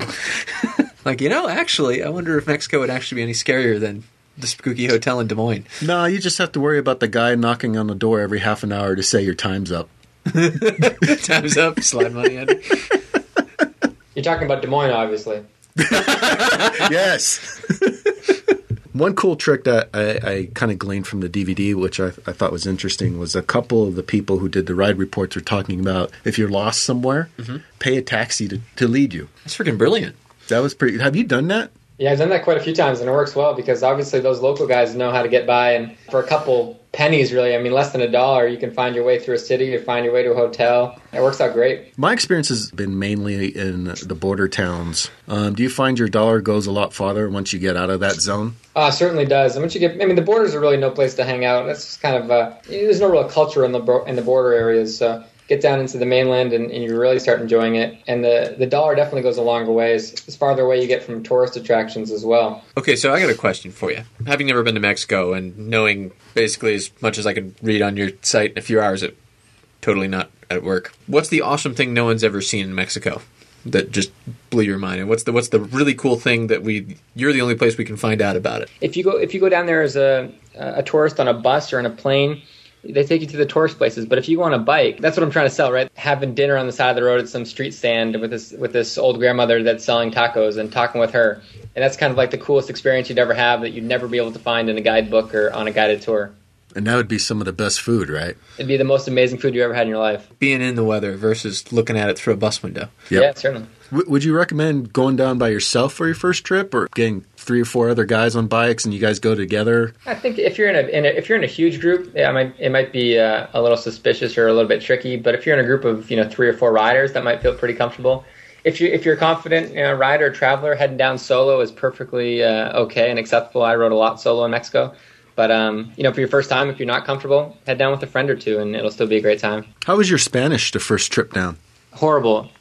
S2: like you know, actually, I wonder if Mexico would actually be any scarier than the spooky hotel in Des Moines.
S3: No, you just have to worry about the guy knocking on the door every half an hour to say your time's up.
S2: Time's up. Slide money in.
S1: You're talking about Des Moines, obviously.
S3: yes. One cool trick that I, I kind of gleaned from the DVD, which I, I thought was interesting, was a couple of the people who did the ride reports were talking about if you're lost somewhere, pay a taxi to, to lead you.
S2: That's freaking brilliant.
S3: That was pretty. Have you done that?
S1: Yeah, I've done that quite a few times, and it works well because obviously those local guys know how to get by. And for a couple pennies, really, I mean, less than a dollar, you can find your way through a city, you find your way to a hotel. It works out great.
S3: My experience has been mainly in the border towns. Um, do you find your dollar goes a lot farther once you get out of that zone?
S1: Uh, certainly does. And once you get, I mean, the borders are really no place to hang out. That's just kind of uh, there's no real culture in the bor- in the border areas. So get down into the mainland and, and you really start enjoying it. And the the dollar definitely goes a longer ways. It's farther away you get from tourist attractions as well.
S2: Okay, so I got a question for you. Having never been to Mexico and knowing basically as much as I could read on your site in a few hours, at, totally not at work. What's the awesome thing no one's ever seen in Mexico that just blew your mind? And what's the what's the really cool thing that we you're the only place we can find out about it?
S1: If you go if you go down there as a a tourist on a bus or on a plane. They take you to the tourist places, but if you go on a bike, that's what I'm trying to sell, right? Having dinner on the side of the road at some street stand with this with this old grandmother that's selling tacos and talking with her, and that's kind of like the coolest experience you'd ever have that you'd never be able to find in a guidebook or on a guided tour.
S3: And that would be some of the best food, right?
S1: It'd be the most amazing food you ever had in your life.
S2: Being in the weather versus looking at it through a bus window.
S3: Yep.
S1: Yeah, certainly.
S3: W- would you recommend going down by yourself for your first trip, or getting three or four other guys on bikes and you guys go together?
S1: I think if you're in a, in a if you're in a huge group, yeah, I might, it might be uh, a little suspicious or a little bit tricky. But if you're in a group of you know three or four riders, that might feel pretty comfortable. If you if you're a confident you know, rider or traveler, heading down solo is perfectly uh, okay and acceptable. I rode a lot solo in Mexico, but um, you know for your first time, if you're not comfortable, head down with a friend or two, and it'll still be a great time.
S3: How was your Spanish the first trip down?
S1: Horrible.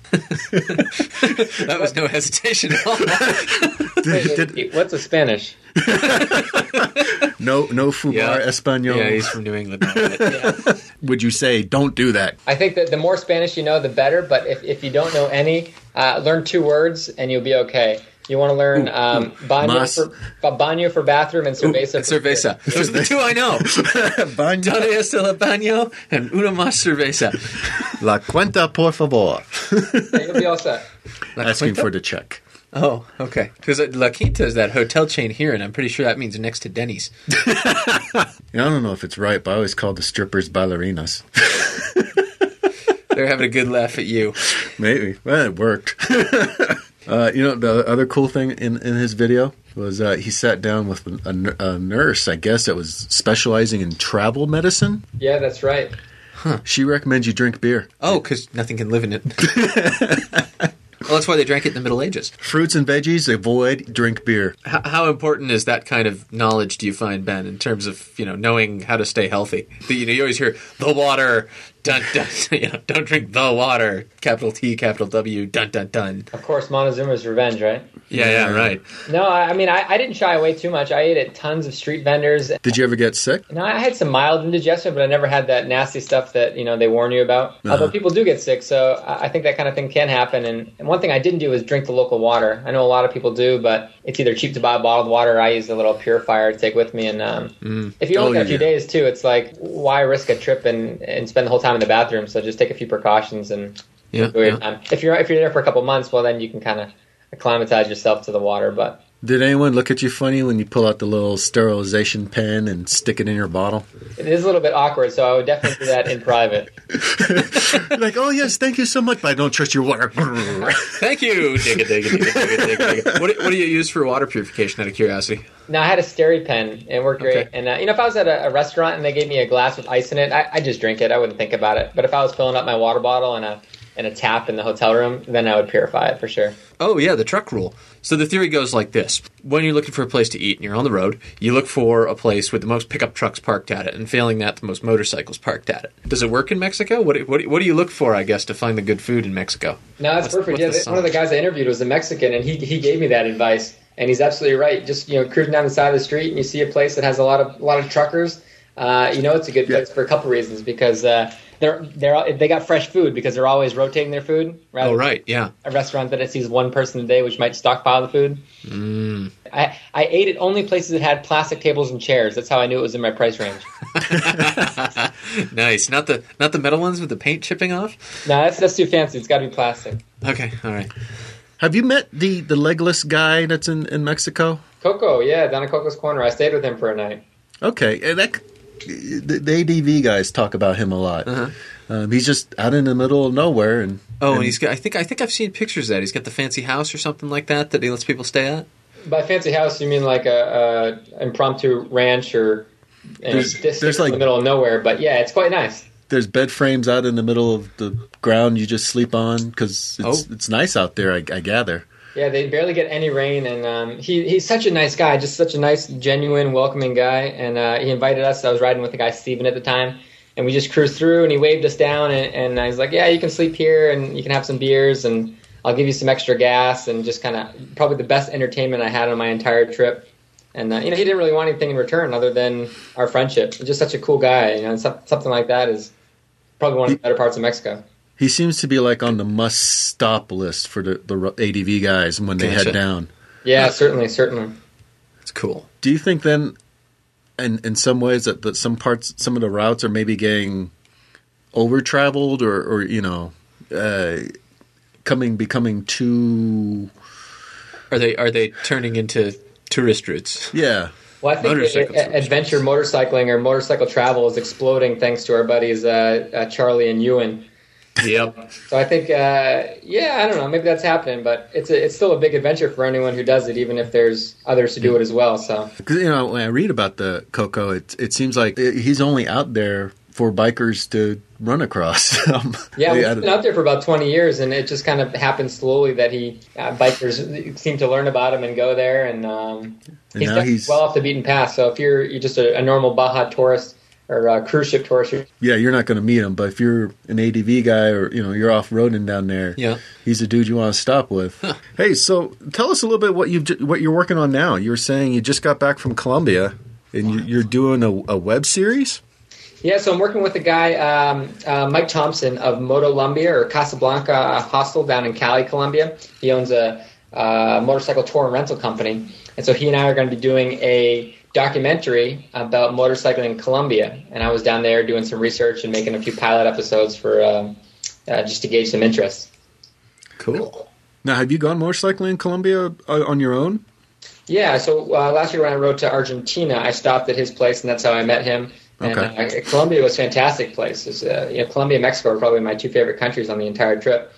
S2: That was no hesitation at all.
S3: Did- did-
S1: What's a Spanish?
S3: no, no fumar
S2: Yeah.
S3: español.
S2: yeah, he's from New England.
S3: Would you say don't do that?
S1: I think that the more Spanish you know, the better. But if, if you don't know any, uh, learn two words and you'll be okay. You want to learn um,
S3: Mas.
S1: banyo, for, ba- banyo for bathroom and cerveza.
S2: And
S1: for-
S2: cerveza. Those are the two I know.
S3: Baño.
S2: Dona es el baño and una más cerveza.
S3: La cuenta, por favor.
S1: You'll be all set.
S2: La
S3: Asking
S2: cuenta?
S3: for the check.
S2: Oh, okay. Because La Quinta is that hotel chain here, and I'm pretty sure that means next to Denny's.
S3: You know, I don't know if it's right, but I always call the strippers ballerinas.
S2: They're having a good laugh at you.
S3: Maybe. Well, it worked. uh, you know, the other cool thing in, in his video was uh, he sat down with a, n- a nurse, I guess, that was specializing in travel medicine.
S1: Yeah, that's right.
S3: She recommends you drink beer.
S2: Oh, because nothing can live in it. well, that's why they drank it in the Middle Ages.
S3: Fruits and veggies, avoid, drink beer.
S2: H- how important is that kind of knowledge? Do you find Ben in terms of you know knowing how to stay healthy? The- you know, you always hear the water. Dun, dun, you know, don't drink the water. Capital T, capital W. Dun dun dun.
S1: Of course, Montezuma's Revenge, right?
S2: Yeah, yeah, right.
S1: No, I, I mean, I, I didn't shy away too much. I ate at tons of street vendors.
S3: Did you ever get sick?
S1: No, I had some mild indigestion, but I never had that nasty stuff that you know they warn you about.
S3: Uh-huh.
S1: Although people do get sick, so I I think that kind of thing can happen. And, and one thing I didn't do is drink the local water. I know a lot of people do, but it's either cheap to buy bottled water, or I use a little purifier to take with me. And um, if you
S3: Oh,
S1: only got a
S3: yeah,
S1: few
S3: yeah.
S1: days too, it's like why risk a trip and, and spend the whole time in the bathroom? So just take a few precautions and
S2: Yeah,
S1: enjoy your
S2: yeah.
S1: time. If you're if you're there for a couple months, well then you can kind of acclimatize yourself to the water. But
S3: Did anyone look at you funny when you pull out the little sterilization pen and stick it in your bottle?
S1: it is a little bit awkward, so I would definitely do that in private.
S3: You're like, oh, yes, thank you so much, but I don't trust your water.
S2: Thank you. Digga, digga, digga, digga, digga, digga. What, do- what do you use for water purification? Out of curiosity.
S1: No, I had a Steri pen. It worked great.
S2: Okay.
S1: And uh, you know, if I was at a, a restaurant and they gave me a glass with ice in it, I, I'd just drink it. I wouldn't think about it. But if I was filling up my water bottle and a and a tap in the hotel room, then I would purify it for sure.
S2: Oh yeah, the truck rule. So the theory goes like this: when you're looking for a place to eat and you're on the road, you look for a place with the most pickup trucks parked at it, and failing that, the most motorcycles parked at it. Does it work in Mexico? What do- what, do- what do you look for, I guess, to find the good food in Mexico?
S1: No, that's
S2: What's- what's
S1: perfect. Yeah,
S2: the
S1: th- one of the
S2: sign?
S1: guys I interviewed was a Mexican, and he he gave me that advice, and he's absolutely right. Just you know, cruising down the side of the street, and you see a place that has a lot of a lot of truckers. Uh, you know, it's a good place for a couple reasons because uh, they're they're all- they got fresh food because they're always rotating their food. Rather
S2: Oh
S1: than
S2: right, yeah.
S1: a restaurant that it sees one person a day, which might stockpile the food.
S3: Mm.
S1: I, I ate at only places that had plastic tables and chairs. That's how I knew it was in my price range.
S2: Nice. Not the not the metal ones with the paint chipping off.
S1: no, that's that's too fancy. It's got to be plastic.
S2: Okay, all right.
S3: Have you met the, the legless guy that's in, in Mexico?
S1: Coco, yeah, down at Coco's Corner. I stayed with him for a night.
S3: Okay, and that the, the ADV guys talk about him a lot. Um, he's just out in the middle of nowhere, and
S2: Uh-huh. Oh, and he's got. I think I think I've seen pictures of that he's got the fancy house or something like that that he lets people stay at.
S1: By fancy house, you mean like a, a impromptu ranch or and
S3: There's-
S1: just
S3: there's
S1: in
S3: like-
S1: the middle of nowhere? But yeah, it's quite nice.
S3: there's bed frames out in the middle of the ground you just sleep on because it's,
S2: Oh.
S3: it's nice out there. I, I gather.
S1: Yeah, they barely get any rain, and um, he he's such a nice guy, just such a nice, genuine, welcoming guy. And uh, he invited us. I was riding with the guy Steven at the time, and we just cruised through. And he waved us down, and, and I was like, "Yeah, you can sleep here, and you can have some beers, and I'll give you some extra gas." And just kind of probably the best entertainment I had on my entire trip. And uh, you know, he didn't really want anything in return other than our friendship. He's just such a cool guy, you know, and so, something like that is probably one of the better parts of Mexico.
S3: He seems to be like on the must stop list for the, the ADV guys when they
S2: Gotcha.
S3: head down.
S1: Yeah, certainly, certainly.
S2: It's cool.
S3: Do you think then, in in some ways that, that some parts, some of the routes are maybe getting over traveled or or you know, uh, coming becoming too
S2: Are they are they turning into tourist routes?
S3: yeah.
S1: Well, I think
S2: Motorcycle
S1: a- a- adventure motorcycling or motorcycle travel is exploding thanks to our buddies uh, uh, Charlie and Ewan.
S2: yep.
S1: So I think, uh, yeah, I don't know, maybe that's happening, but it's a, it's still a big adventure for anyone who does it, even if there's others who do it as well. So
S3: 'Cause, you know, when I read about the Coco, it it seems like i- he's only out there for bikers to run across. Um,
S1: yeah,
S3: I
S1: we've
S3: don't-
S1: been out there for about 20 years, and it just kind of happened slowly that he uh, bikers seem to learn about him and go there, and, um,
S3: And
S1: he's,
S3: now
S1: definitely
S3: he's-
S1: well off the beaten path. So if you're you're just a, a normal Baja tourist or uh, cruise ship tourist, you're
S3: yeah, you're not going to meet him, but if you're an ADV guy or you know you're off roading down there,
S2: Yeah.
S3: he's the dude you want to stop with. Hey, so tell us a little bit what you have what you're working on now. You were saying you just got back from Colombia and you, you're doing a, a web series.
S1: Yeah, so I'm working with a guy, um, uh, Mike Thompson of Motolumbia or Casablanca Hostel down in Cali, Colombia. He owns a, uh, motorcycle tour and rental company. And so he and I are going to be doing a documentary about motorcycling in Colombia. And I was down there doing some research and making a few pilot episodes for um uh, just to gauge some interest.
S2: Cool.
S3: Now, have you gone motorcycling in Colombia uh, on your own?
S1: Yeah, so uh, last year when I rode to Argentina, I stopped at his place, and that's how I met him. And
S3: Okay.
S1: uh, Colombia was a fantastic place. It's, uh, you know, Colombia and Mexico are probably my two favorite countries on the entire trip.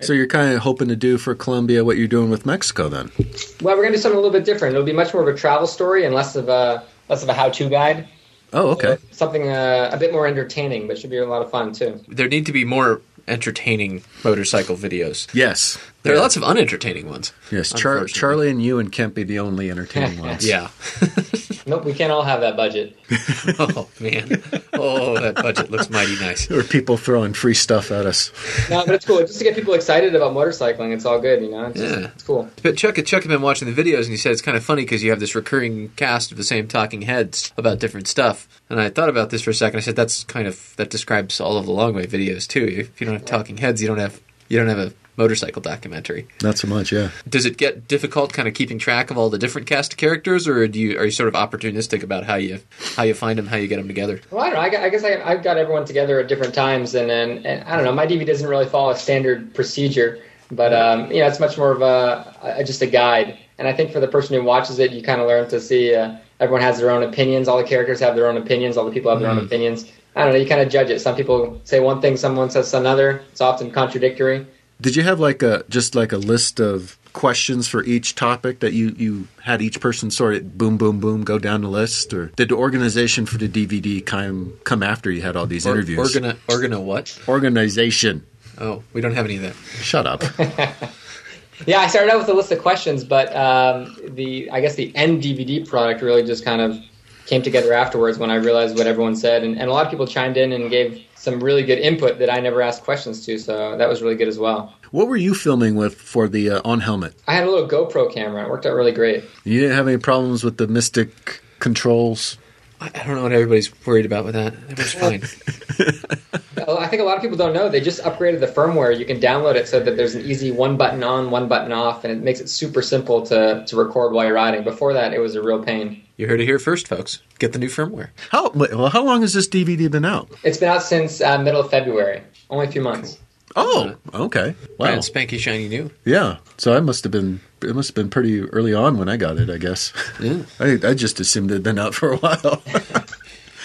S3: So you're kind of hoping to do for Colombia what you're doing with Mexico then.
S1: Well, we're going to do something a little bit different. It'll be much more of a travel story and less of a less of a how-to guide.
S3: Oh, okay.
S1: Something uh, a bit more entertaining, but should be a lot of fun too.
S2: There need to be more entertaining motorcycle videos.
S3: Yes.
S2: There are lots of unentertaining ones.
S3: Yes, Char-
S2: Unfortunately.
S3: Charlie and you and Kemp be the only entertaining ones.
S2: Yeah.
S1: Nope, we can't all have that budget.
S2: Oh man. Oh, that budget looks mighty nice.
S3: Or people throwing free stuff at us.
S1: No, but it's cool. Just to get people excited about motorcycling, it's all good. You know, it's, just-
S2: Yeah.
S1: it's cool.
S2: But Chuck, Chuck had been watching the videos, and he said it's kind of funny because you have this recurring cast of the same talking heads about different stuff. And I thought about this for a second. I said that's kind of that describes all of the long way videos too. If you don't have talking heads, you don't have you don't have a motorcycle documentary.
S3: Not so much, yeah.
S2: Does it get difficult, kind of keeping track of all the different cast of characters, or do you are you sort of opportunistic about how you how you find them, how you get them together?
S1: Well, I don't know. I, gu- I guess I, I've got everyone together at different times, and then and I don't know. My DV doesn't really follow a standard procedure, but um, you know, it's much more of a, a just a guide. And I think for the person who watches it, you kind of learn to see uh, everyone has their own opinions. All the characters have their own opinions. All the people have their own opinions. I don't know. You kind of judge it. Some people say one thing, someone says another. It's often contradictory.
S3: Did you have like a just like a list of questions for each topic that you you had each person sort of boom boom boom go down the list or did the organization for the DVD come come after you had all these interviews?
S2: Organa, organa, what?
S3: organization.
S2: Oh, we don't have any of that.
S3: Shut up.
S1: Yeah, I started out with a list of questions, but um, the I guess the end DVD product really just kind of came together afterwards when I realized what everyone said, and, and a lot of people chimed in and gave some really good input that I never asked questions to, so that was really good as well.
S3: what were you filming with for the uh, on helmet?
S1: I had a little GoPro camera; it worked out really great.
S3: You didn't have any problems with the Mystic controls.
S2: I, I don't know what everybody's worried about with that. Everything's fine.
S1: Uh, I think a lot of people don't know they just upgraded the firmware. You can download it so that there's an easy one button on, one button off, and it makes it super simple to to record while you're riding. Before that, it was a real pain.
S2: You heard it here first, folks. Get the new firmware.
S3: How wait, well? How long has this DVD been out?
S1: It's been out since uh, middle of February, only a few months.
S3: Oh, okay. Wow.
S2: Brand spanky shiny new.
S3: Yeah. So I must have been. It must have been pretty early on when I got it. I guess.
S2: Yeah.
S3: I, I just assumed it had been out for a while.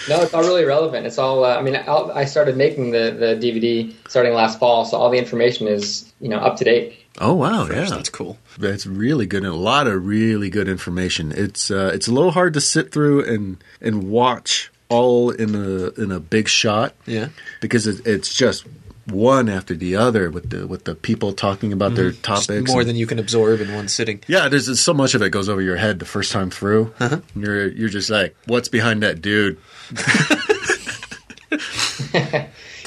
S1: No, it's all really relevant. It's all. Uh, I mean, I'll, I started making the, the DVD starting last fall, so all the information is you know up to date.
S3: oh wow! Yeah,
S2: That's cool.
S3: that's really good and a lot of really good information. It's uh, it's a little hard to sit through and and watch all in a in a big shot.
S2: Yeah.
S3: because it, it's just one after the other with the with the people talking about their
S2: Mm-hmm. Just
S3: topics.
S2: more
S3: and-
S2: than you can absorb in one sitting.
S3: yeah, there's just so much of it goes over your head the first time through.
S2: Uh-huh.
S3: You're you're just like, what's behind that dude?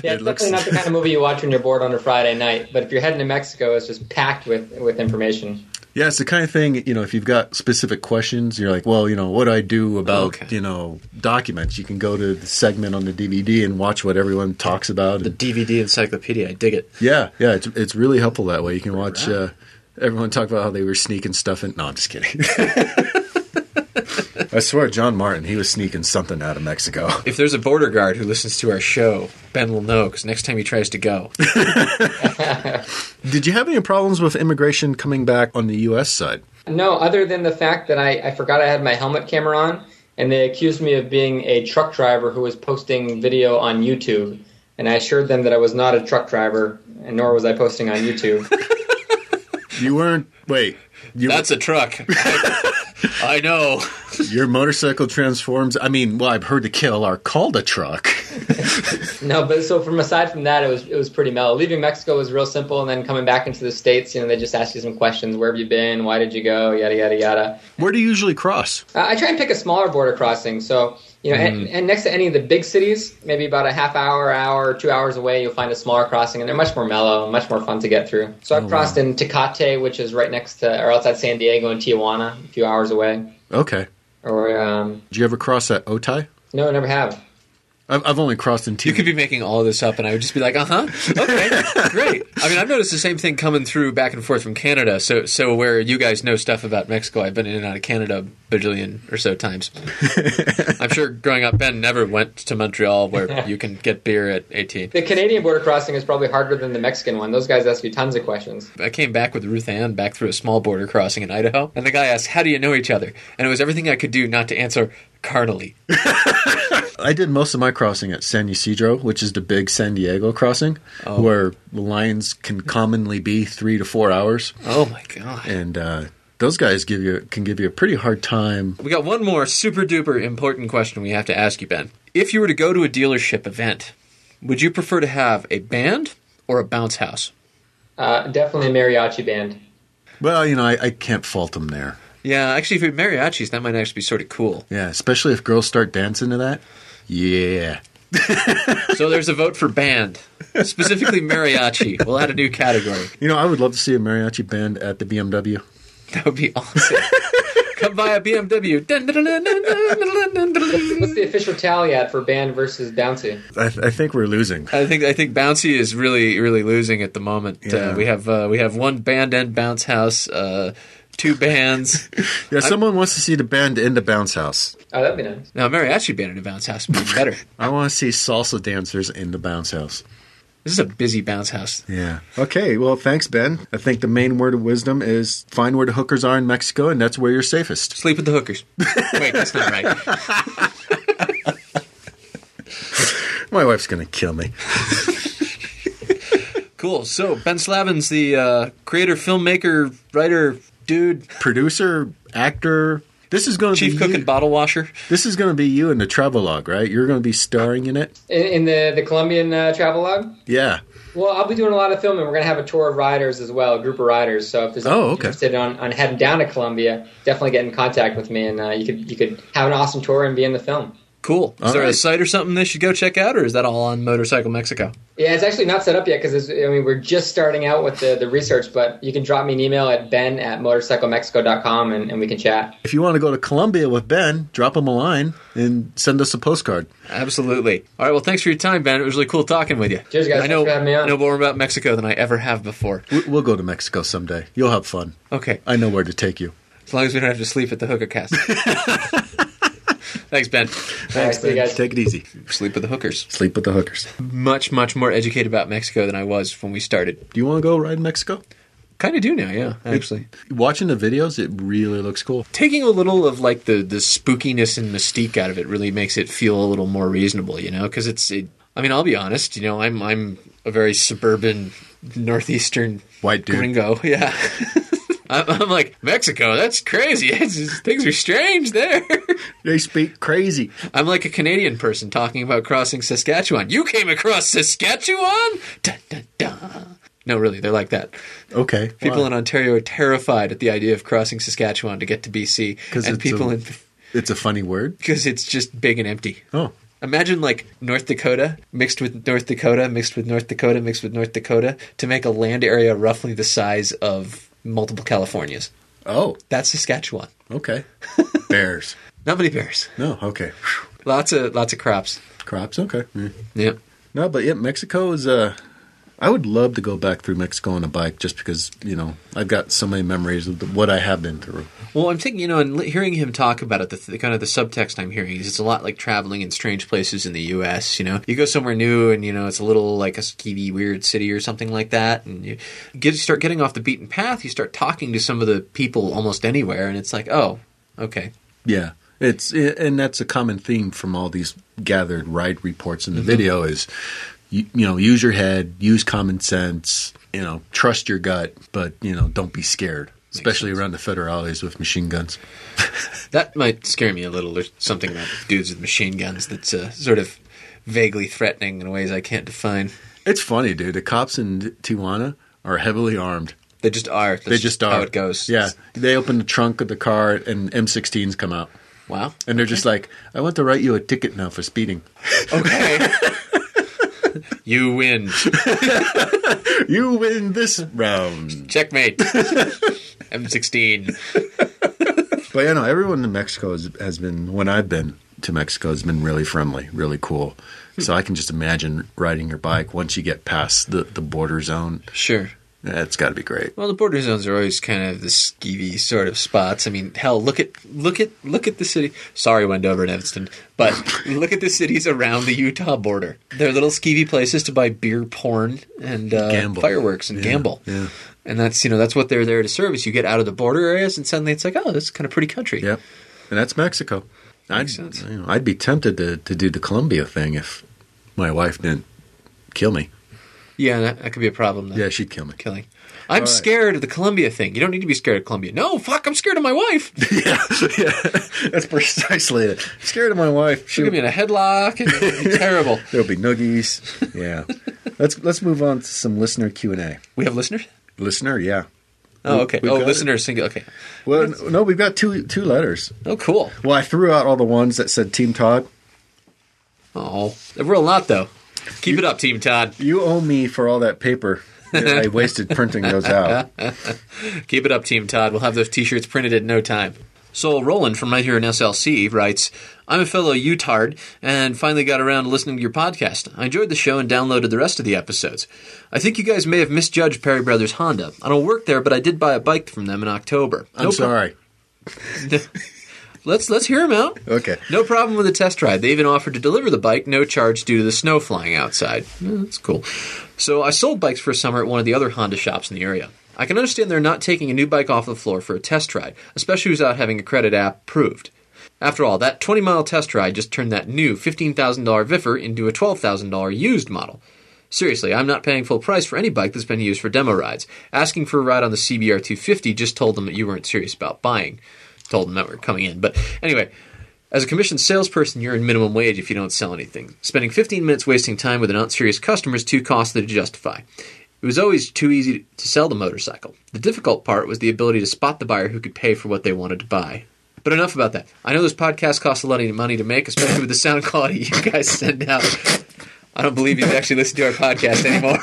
S1: Yeah,
S3: It
S1: it's
S3: looks-
S1: definitely not the kind of movie you watch when you're bored on a Friday night. But if you're heading to Mexico, it's just packed with with information.
S3: Yeah, it's the kind of thing, you know, if you've got specific questions, you're like, well, you know, what do I do about,
S2: Okay.
S3: you know, documents? You can go to the segment on the DVD and watch what everyone talks about.
S2: The
S3: And,
S2: DVD encyclopedia. I dig it.
S3: yeah, yeah, it's, it's really helpful that way. You can watch uh, everyone talk about how they were sneaking stuff in. No, I'm just kidding. I swear, John Martin, he was sneaking something out of Mexico.
S2: If there's a border guard who listens to our show, Ben will know because next time he tries to go,
S3: Did you have any problems with immigration coming back on the U.S. side?
S1: No, other than the fact that I, I forgot I had my helmet camera on, and they accused me of being a truck driver who was posting video on YouTube. And I assured them that I was not a truck driver, and nor was I posting on YouTube.
S3: You weren't. Wait. You,
S2: that's a truck. I know.
S3: your motorcycle transforms. I mean, well, I've heard the kill are called a truck.
S1: No, but so from aside from that, it was it was pretty mellow. Leaving Mexico was real simple, and then coming back into the states, you know, they just ask you some questions: where have you been? Why did you go? Yada yada yada.
S3: Where do you usually cross?
S1: Uh, I try and pick a smaller border crossing, so you know, and, and next to any of the big cities, maybe about a half hour, hour, two hours away, you'll find a smaller crossing, and they're much more mellow, and much more fun to get through. So I've crossed in Tecate, which is right next to or outside San Diego, and Tijuana, a few hours away.
S3: Okay.
S1: Or um,
S3: Did you ever cross at Otai?
S1: no, I never have.
S3: I've, I've only crossed in two.
S2: You could be making all of this up, and I would just be like, "Uh huh, okay, great." I mean, I've noticed the same thing coming through back and forth from Canada. So, so where you guys know stuff about Mexico, I've been in and out of Canada a bajillion or so times. I'm sure growing up, Ben never went to Montreal, where you can get beer at 18.
S1: The Canadian border crossing is probably harder than the Mexican one. Those guys ask you tons of questions.
S2: I came back with Ruth Ann back through a small border crossing in Idaho, and the guy asked, "How do you know each other?" And it was everything I could do not to answer carnally.
S3: I did most of my crossing at San Ysidro, which is the big San Diego crossing, where the lines can commonly be three to four hours,
S2: Oh my god.
S3: and uh, those guys give you can give you a pretty hard time.
S2: We got one more super duper important question we have to ask you, Ben. If you were to go to a dealership event, would you prefer to have a band or a bounce house?
S1: Uh, definitely a mariachi band.
S3: Well, you know, I, I can't fault them there.
S2: Yeah, actually, if you're mariachis, that might actually be sort of cool.
S3: Yeah, especially if girls start dancing to that. Yeah.
S2: So there's a vote for band, specifically mariachi. We'll add a new category.
S3: You know, I would love to see a mariachi band at the BMW.
S2: That would be awesome. Come by a BMW. Dun, dun, dun, dun, dun, dun, dun, dun, dun.
S1: What's the official tally at for band versus bouncy?
S3: I, I think we're losing.
S2: I think I think bouncy is really really losing at the moment.
S3: Yeah.
S2: Uh, we have uh, we have one band and bounce house, uh, two bands.
S3: Yeah, someone wants to see the band in the bounce house.
S1: Oh, that'd be nice.
S2: Now, mariachi band in a bounce house would be better.
S3: I want to see salsa dancers in the bounce house.
S2: this is a busy bounce house.
S3: Yeah. Okay. Well, thanks, Ben. I think the main word of wisdom is find where the hookers are in Mexico, and that's where you're safest.
S2: Sleep with the hookers. Wait, that's not right.
S3: My wife's going to kill me.
S2: Cool. So Ben Slavin's the uh, creator, filmmaker, writer, dude,
S3: Producer, actor. This is going to
S2: chief
S3: be
S2: cook
S3: you.
S2: and bottle washer.
S3: This is going to be you in the travelogue, right? You're going to be starring in it.
S1: In, in the the Colombian uh, travel log.
S3: Yeah.
S1: Well, I'll be doing a lot of filming. We're going to have a tour of riders as well, a group of riders. So if there's
S3: Oh,
S1: anyone
S3: okay.
S1: interested on, on heading down to Columbia, definitely get in contact with me, and uh, you could you could have an awesome tour and be in the film.
S2: Cool. Is
S3: All
S2: there a
S3: right.
S2: site or something they should go check out, or is that all on Motorcycle Mexico?
S1: Yeah, it's actually not set up yet because I mean we're just starting out with the, the research, but you can drop me an email at ben at motorcyclemexico.com and, and we can chat.
S3: If you want to go to Columbia with Ben, drop him a line and send us a postcard.
S2: Absolutely. All right. Well, thanks for your time, Ben. It was really cool talking with you.
S1: Cheers, guys.
S2: I know,
S1: Thanks for having me on.
S2: I know more about Mexico than I ever have before.
S3: We- We'll go to Mexico someday. You'll have fun.
S2: Okay.
S3: I know where to take you.
S2: As long as we don't have to sleep at the hooker cast. thanks, Ben.
S1: Thanks, see you guys.
S3: Take it easy.
S2: Sleep with the hookers.
S3: Sleep with the hookers.
S2: Much, much more educated about Mexico than I was when we started.
S3: Do you want to go ride in Mexico?
S2: Kind of do now, yeah, actually.
S3: Watching the videos, it really looks cool.
S2: taking a little of like the the spookiness and mystique out of it really makes it feel a little more reasonable, you know, because it's. It, I mean, I'll be honest, you know, I'm I'm a very suburban northeastern
S3: White dude.
S2: gringo, yeah. I'm, I'm like Mexico. That's crazy. It's just- things are strange there.
S3: They speak crazy.
S2: I'm like a Canadian person talking about crossing Saskatchewan. You came across Saskatchewan? Dun, dun, dun. No, really, they're like that.
S3: Okay.
S2: People in Ontario are terrified at the idea of crossing Saskatchewan to get to BC, and
S3: it's
S2: people
S3: a,
S2: in
S3: it's a funny word.
S2: because it's just big and empty.
S3: Oh,
S2: Imagine like North Dakota mixed with North Dakota, mixed with North Dakota, mixed with North Dakota to make a land area roughly the size of multiple Californias.
S3: oh,
S2: That's Saskatchewan.
S3: okay. Bears.
S2: Not many bears.
S3: No, okay. Whew.
S2: Lots of lots of crops.
S3: Crops. Okay. Mm.
S2: Yeah.
S3: No, but yeah, Mexico is. Uh, I would love to go back through Mexico on a bike, just because you know I've got so many memories of the, what I have been through.
S2: Well, I'm thinking, you know, and li- hearing him talk about it, the, the kind of the subtext I'm hearing is it's a lot like traveling in strange places in the U.S. You know, you go somewhere new, and you know, it's a little like a skeevy, weird city or something like that, and you get you start getting off the beaten path. You start talking to some of the people almost anywhere, and it's like, oh, okay,
S3: Yeah, it's eh, and that's a common theme from all these gathered ride reports in the video is you, you know use your head, use common sense, you know trust your gut, but you know don't be scared, especially around the federales with machine guns.
S2: That might scare me a little. There's something about dudes with machine guns that's uh, sort of vaguely threatening in ways I can't define.
S3: It's funny, dude. The cops in Tijuana are heavily armed.
S2: They just are. That's
S3: They just are.
S2: how it goes.
S3: Yeah, they open the trunk of the car and M16s come out.
S2: Wow.
S3: And they're just like, I want to write you a ticket now for speeding.
S2: Okay. you win.
S3: You win this round.
S2: Checkmate. M16.
S3: But you know, everyone in Mexico has, has been, when I've been, to Mexico has been really friendly, really cool.
S2: Hmm.
S3: So I can just imagine riding your bike once you get past the, the border zone.
S2: Sure.
S3: That's got to be great.
S2: Well, the border zones are always kind of the skeevy sort of spots. I mean, hell, look at look at look at the city. Sorry, Wendover and Evanston, but look at the cities around the Utah border. They're little skeevy places to buy beer, porn, and uh,
S3: Gamble.
S2: fireworks and
S3: Yeah,
S2: gamble.
S3: yeah.
S2: And that's you know that's what they're there to service. You get out of the border areas, and suddenly it's like, oh, this is kind of pretty country.
S3: Yep. And that's Mexico. I'd,
S2: Makes sense.
S3: you know, I'd be tempted to, to do the Colombia thing if my wife didn't kill me.
S2: Yeah, that, that could be a problem. Though.
S3: Yeah, she'd kill me.
S2: killing. I'm
S3: right.
S2: scared of the Columbia thing. You don't need to be scared of Columbia. No, fuck, I'm scared of my wife.
S3: yeah, yeah. That's precisely it. Scared of my wife.
S2: She'll
S3: She
S2: get me in a headlock. And it'll be terrible.
S3: There'll be noogies. Yeah. let's let's move on to some listener Q and A.
S2: We have listeners.
S3: Listener, yeah.
S2: Oh,
S3: We-
S2: okay.
S3: we've
S2: oh,
S3: got it.
S2: listeners single. Okay.
S3: Well, n- no, we've got two two letters.
S2: Oh, cool.
S3: Well, I threw out all the ones that said Team Todd.
S2: Oh, a real lot though. Keep it up, Team Todd.
S3: You owe me for all that paper. that I wasted printing those out.
S2: Keep it up, Team Todd. We'll have those T-shirts printed in no time. So Roland from right here in SLC writes, "I'm a fellow Utard and finally got around to listening to your podcast. I enjoyed the show and downloaded the rest of the episodes. I think you guys may have misjudged Perry Brothers Honda. I don't work there, but I did buy a bike from them in October.
S3: I'm
S2: No pro-
S3: sorry.
S2: let's let's hear him out.
S3: Okay.
S2: No problem with the test ride. They even offered to deliver the bike, no charge due to the snow flying outside. Mm, That's cool. So I sold bikes for a summer at one of the other Honda shops in the area. I can understand they're not taking a new bike off the floor for a test ride, especially without having a credit app proved. After all, that 20 mile test ride just turned that new $15,000 Viffer into a $12,000 used model. Seriously, I'm not paying full price for any bike that's been used for demo rides. Asking for a ride on the CBR 250 just told them that you weren't serious about buying. Told them that we're coming in. But anyway, as a commissioned salesperson, you're in minimum wage if you don't sell anything. Spending 15 minutes wasting time with an unserious customer is too costly to justify. It was always too easy to sell the motorcycle. The difficult part was the ability to spot the buyer who could pay for what they wanted to buy. But enough about that. I know this podcast costs a lot of money to make, especially with the sound quality you guys send out. I don't believe you've actually listened to our podcast anymore.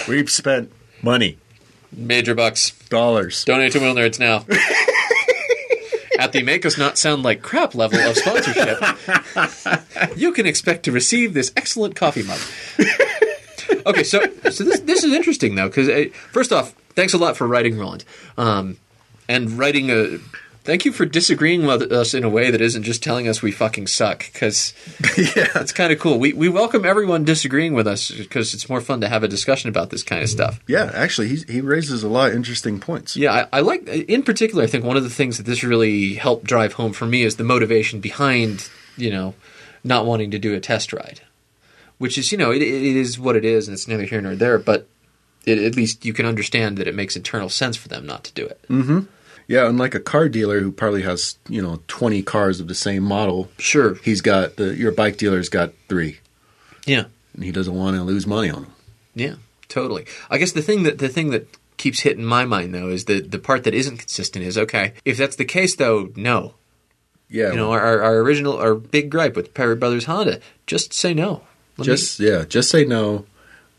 S3: We've spent money,
S2: Major bucks.
S3: dollars.
S2: Donate to Wheel Nerds now. At the Make Us Not Sound Like Crap level of sponsorship, you can expect to receive this excellent coffee mug. Okay, so so this this is interesting though because first off, thanks a lot for writing, Roland, um, and writing a. Thank you for disagreeing with us in a way that isn't just telling us we fucking suck because
S3: yeah.
S2: it's kind of cool. We we welcome everyone disagreeing with us because it's more fun to have a discussion about this kind of stuff.
S3: Yeah, actually, he, he raises a lot of interesting points.
S2: Yeah, I, I like, in particular, I think one of the things that this really helped drive home for me is the motivation behind, you know, not wanting to do a test ride, which is, you know, it, it is what it is and it's neither here nor there, but it, at least you can understand that it makes internal sense for them not to do it.
S3: Mm. Yeah, unlike a car dealer who probably has, you know, 20 cars of the same model,
S2: Sure.
S3: he's got the your bike dealer's got 3
S2: Yeah.
S3: and he doesn't want to lose money on them.
S2: Yeah, totally. I guess the thing that the thing that keeps hitting my mind though is the the part that isn't consistent is okay. If that's the case though, no.
S3: Yeah.
S2: You know, our, our, our original our big gripe with Perry Brothers Honda, just say no. Let me-
S3: just yeah, just say no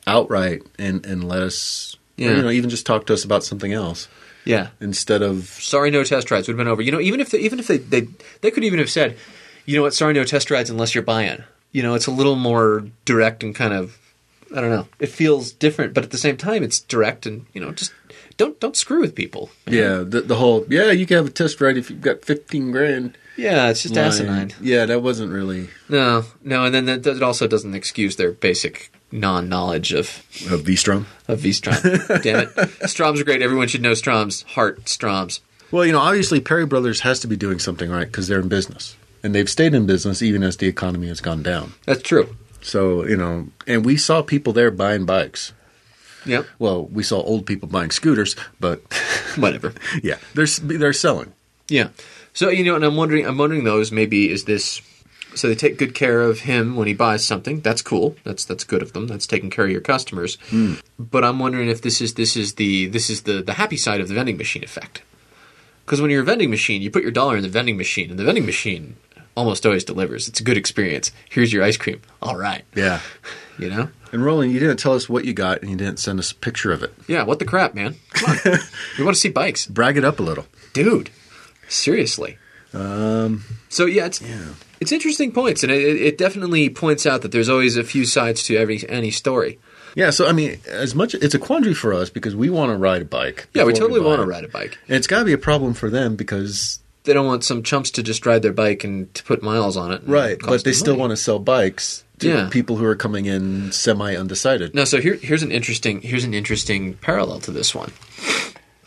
S3: outright and and let us or,
S2: Yeah.
S3: you know, even just talk to us about something else
S2: yeah.
S3: instead of
S2: sorry no test rides would have been over you know even if they, even if they, they they could even have said you know what sorry no test rides unless you're buying you know it's a little more direct and kind of i don't know it feels different but at the same time it's direct and you know just don't don't screw with people
S3: yeah, the, the whole yeah, you can have a test ride if you've got 15 grand.
S2: yeah it's just
S3: line.
S2: asinine
S3: Yeah, that wasn't really
S2: no no and then that, that also doesn't excuse their basic non-knowledge of
S3: a V-Strom.
S2: of v-strom damn it stroms are great everyone should know stroms heart stroms
S3: Well, you know, obviously Perry Brothers has to be doing something right because they're in business. And they've stayed in business even as the economy has gone down.
S2: that's true
S3: So, you know, and we saw people there buying bikes.
S2: yeah
S3: Well, we saw old people buying scooters, but
S2: whatever
S3: yeah, they're they're selling.
S2: Yeah. So you know, and I'm wondering, I'm wondering though, is maybe is this? So they take good care of him when he buys something. That's cool. That's that's good of them. That's taking care of your customers. But I'm wondering if this is this is the this is the the happy side of the vending machine effect. Because when you're a vending machine, you put your dollar in the vending machine, and the vending machine almost always delivers. It's a good experience. Here's your ice cream. All right.
S3: Yeah.
S2: You know.
S3: And Roland, you didn't tell us what you got, and you didn't send us a picture of it.
S2: Yeah. What the crap, man? Come on. we want to see bikes,
S3: Brag it up a little.
S2: dude. Seriously.
S3: Um,
S2: So yeah, it's it's interesting points, and it, it definitely points out that there's always a few sides to every any story.
S3: Yeah, so I mean, as much it's a quandary for us because we want to ride a bike.
S2: Yeah, we
S3: before
S2: totally
S3: buy
S2: want to
S3: it.
S2: ride a bike.
S3: And it's got to be a problem for them because
S2: They don't want some chumps to just ride their bike and to put miles on it. and
S3: right,
S2: cost
S3: but they
S2: them
S3: still
S2: money.
S3: want to sell bikes to
S2: Yeah.
S3: people who are coming in semi undecided.
S2: No, so here, here's an interesting here's an interesting parallel to this one.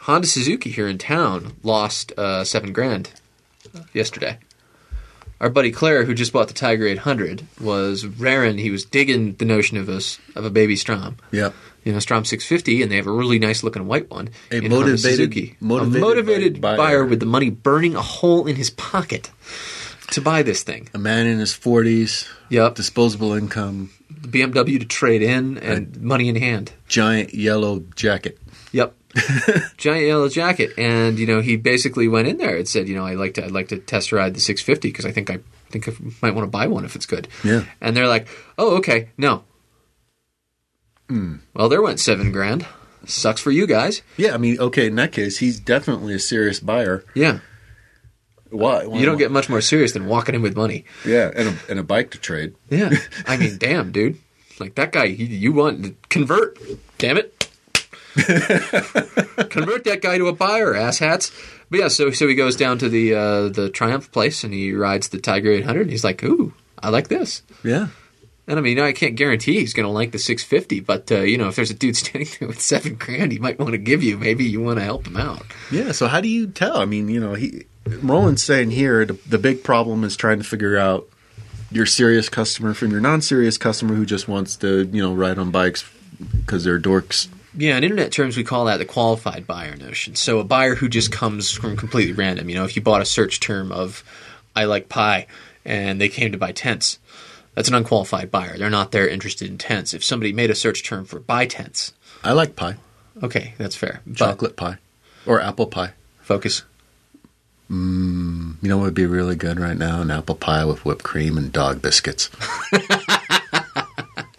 S2: Honda Suzuki here in town lost uh, seven grand yesterday. Our buddy Claire, who just bought the Tiger 800, was raring. He was digging the notion of a s- of a baby Strom,
S3: Yeah.
S2: you know, Strom 650, and they have a really nice looking white one.
S3: A
S2: in
S3: motivated- motivated
S2: a motivated
S3: buyer.
S2: buyer. with the money burning a hole in his pocket to buy this thing.
S3: A man in his 40s,
S2: Yep, the
S3: disposable income,
S2: BMW to trade in and money in hand.
S3: giant yellow jacket.
S2: Yep. Giant yellow jacket, and you know he basically went in there and said, you know, I would like to, I'd like to test ride the 650 because I think I think I might want to buy one if it's good.
S3: Yeah.
S2: And they're like, oh, okay, no. Well, there went seven grand. Sucks for you guys.
S3: Yeah, I mean, okay, in that case, he's definitely a serious buyer.
S2: Yeah.
S3: Why?
S2: You don't get much more serious than walking in with money.
S3: yeah, and a, and a bike to trade.
S2: Yeah. I mean, damn, dude. Like that guy, he, you want to convert? Damn it. convert that guy to a buyer, asshats. But yeah, so so he goes down to the uh, the Triumph place and he rides the Tiger 800 and he's like, "Ooh, I like this."
S3: Yeah.
S2: And I mean, I can't guarantee he's going to like the 650, but uh, you know, if there's a dude standing there with 7 grand, he might want to give you, maybe you want to help him out.
S3: Yeah, so how do you tell? I mean, you know, he Roland's saying here the, the big problem is trying to figure out your serious customer from your non-serious customer who just wants to, you know, ride on bikes because they're dorks.
S2: Yeah, in internet terms, we call that the qualified buyer notion. So a buyer who just comes from completely random. You know, if you bought a search term of "I like pie" and they came to buy tents, that's an unqualified buyer. They're not there interested in tents. If somebody made a search term for "buy tents,"
S3: I like pie,
S2: okay, that's fair. But
S3: chocolate pie, or apple pie.
S2: focus.
S3: You know what would be really good right now? An apple pie with whipped cream and dog biscuits.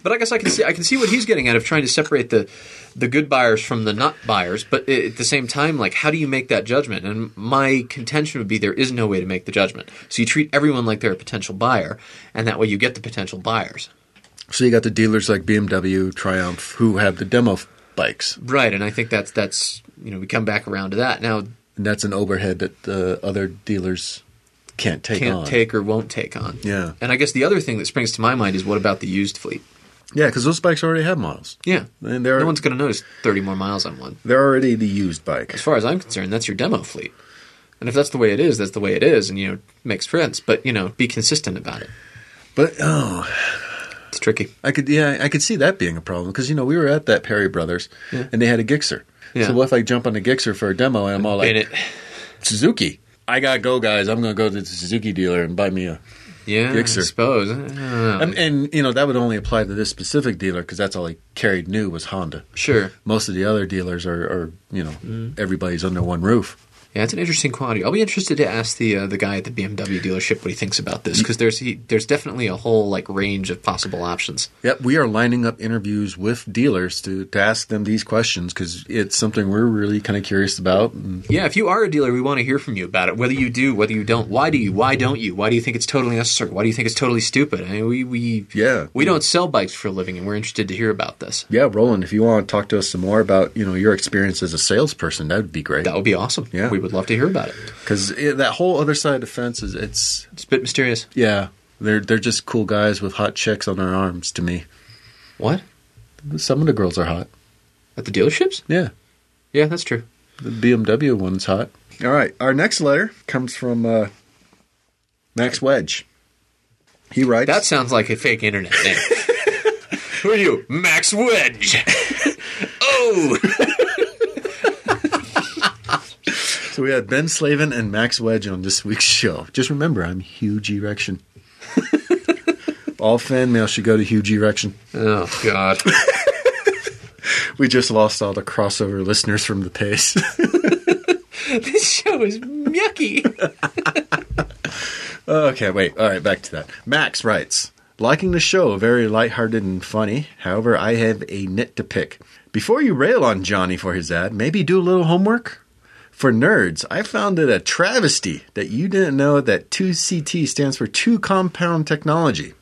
S2: But I guess I can see I can see what he's getting at of trying to separate the the good buyers from the not buyers. But i- at the same time, like how do you make that judgment? And my contention would be there is no way to make the judgment. So you treat everyone like they're a potential buyer, and that way you get the potential buyers.
S3: So you got the dealers like BMW, Triumph, who have the demo f- bikes,
S2: Right, and I think that's that's you know we come back around to that now.
S3: and that's an overhead that the other dealers can't take
S2: Can't
S3: on.
S2: take or won't take on.
S3: Yeah.
S2: and I guess the other thing that springs to my mind is what about the used fleet?
S3: yeah, because those bikes already have models.
S2: Yeah,
S3: And there
S2: no
S3: are-
S2: one's going to notice thirty more miles on one.
S3: They're already the used bike.
S2: As far as I'm concerned, that's your demo fleet. And if that's the way it is, that's the way it is, and you know makes sense. But you know, be consistent about it.
S3: But oh,
S2: It's tricky.
S3: I could yeah, I could see that being a problem because you know we were at that Perry Brothers and they had a Gixxer.
S2: Yeah.
S3: So what if I jump on the Gixxer for a demo and I'm all like
S2: And it,
S3: Suzuki? I gotta go, guys. I'm gonna go to the Suzuki dealer and buy me a.
S2: yeah, I
S3: Gixxer.
S2: suppose. I don't know.
S3: And, and you know that would only apply to this specific dealer because that's all he carried new was Honda.
S2: sure.
S3: Most of the other dealers are, are you know,
S2: Mm.
S3: everybody's under one roof.
S2: Yeah, it's an interesting quantity. I'll be interested to ask the uh, the guy at the BMW dealership what he thinks about this because there's he, there's definitely a whole like range of possible options.
S3: Yep, we are lining up interviews with dealers to, to ask them these questions because it's something we're really kind of curious about. And
S2: Yeah, if you are a dealer, we want to hear from you about it. Whether you do, whether you don't, why do you, why don't you, why do you think it's totally necessary, why do you think it's totally stupid? I mean, we we
S3: Yeah.
S2: we don't sell bikes for a living, and we're interested to hear about this.
S3: Yeah, Roland, if you want to talk to us some more about you know your experience as a salesperson, that would be great.
S2: That would be awesome.
S3: Yeah.
S2: we would love to hear about it.
S3: Because that whole other side of the fence is it's
S2: It's a bit mysterious.
S3: yeah they're they're just cool guys with hot chicks on their arms to me.
S2: What
S3: Some of the girls are hot.
S2: at the dealerships?
S3: Yeah,
S2: Yeah, that's true.
S3: the BMW one's hot. All right, our next letter comes from uh, Max Wedge. He writes.
S2: That sounds like a fake internet name. Who are you, Max Wedge? oh,
S3: so we had Ben Slavin and Max Wedge on this week's show. Just remember, I'm huge erection. All fan mail should go to huge erection.
S2: oh God.
S3: We just lost all the crossover listeners from the pace.
S2: this show is yucky.
S3: Oh, okay, wait. All right, back to that. Max writes Liking the show, very lighthearted and funny. However, I have a nit to pick. Before you rail on Johnny for his ad, maybe do a little homework. For nerds, I found it a travesty that you didn't know that 2CT stands for two compound technology.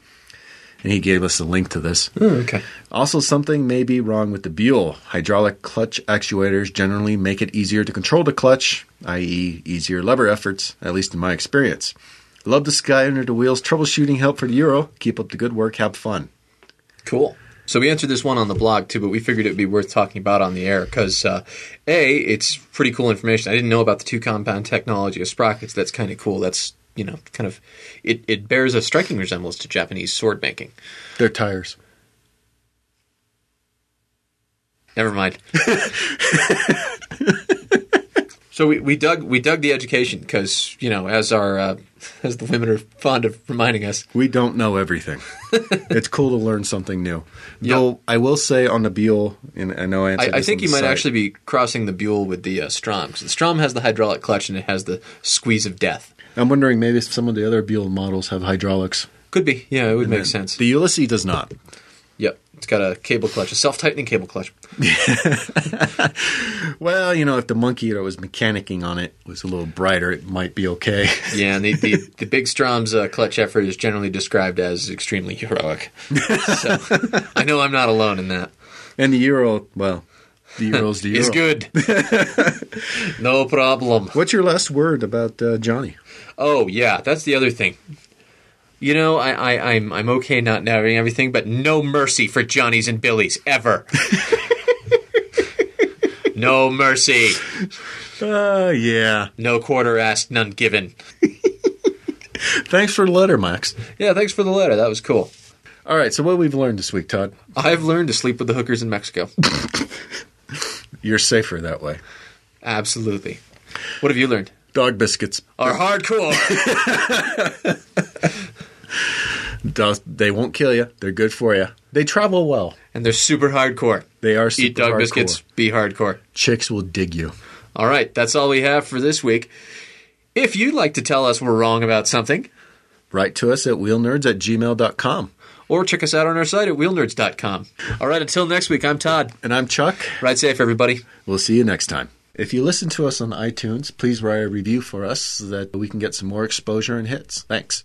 S3: And he gave us a link to this.
S2: Okay.
S3: Also, something may be wrong with the Buell. Hydraulic clutch actuators generally make it easier to control the clutch, i.e., easier lever efforts, at least in my experience. Love the sky under the wheels troubleshooting help for the Euro. Keep up the good work. Have fun.
S2: Cool. So we answered this one on the blog too, but we figured it'd be worth talking about on the air because uh, a, it's pretty cool information. I didn't know about the two compound technology of sprockets. That's kind of cool. That's you know kind of it, it bears a striking resemblance to Japanese sword making.
S3: They're tires.
S2: Never mind. so we, we dug we dug the education because you know as our uh, as the women are fond of reminding us.
S3: We don't know everything. it's cool to learn something new. Though I will say on the Buell, and I know I answered
S2: I, I
S3: this
S2: think
S3: on
S2: you
S3: the
S2: might
S3: site.
S2: actually be crossing the Buell with the uh, Strom because the Strom has the hydraulic clutch and it has the squeeze of death.
S3: I'm wondering maybe if some of the other Buell models have hydraulics.
S2: Could be. Yeah, it would make sense.
S3: The Ulysses does not.
S2: yep. It's got a cable clutch, a self tightening cable clutch.
S3: Well, you know, if the monkey that was mechanicking on it was a little brighter, it might be okay.
S2: Yeah, and the, the, the big Strom's uh, clutch effort is generally described as extremely heroic. So I know I'm not alone in that.
S3: and the Euro, well, the Euro's the Euro.
S2: It's good. no problem.
S3: What's your last word about uh, Johnny?
S2: Oh yeah, that's the other thing. You know, I, I I'm I'm okay not knowing everything, but no mercy for Johnny's and Billy's ever. no mercy.
S3: Uh, yeah.
S2: No quarter asked, none given.
S3: Thanks for the letter, Max.
S2: Yeah, thanks for the letter. That was cool.
S3: All right, so what we've learned this week, Todd,
S2: I've learned to sleep with the hookers in Mexico.
S3: you're safer that way.
S2: Absolutely. What have you learned?
S3: Dog biscuits,
S2: Are hardcore.
S3: does- they won't kill you. They're good for you. They travel well.
S2: and they're super hardcore.
S3: They are super
S2: Eat dog
S3: hardcore.
S2: biscuits, be hardcore.
S3: Chicks will dig you.
S2: All right, that's all we have for this week. If you'd like to tell us we're wrong about something,
S3: Write to us at wheelnerds at gmail.com.
S2: or check us out on our site at wheelnerds.com. All right, until next week, I'm Todd.
S3: And I'm Chuck.
S2: Ride safe, everybody.
S3: We'll see you next time. If you listen to us on iTunes, please write a review for us so that we can get some more exposure and hits. Thanks.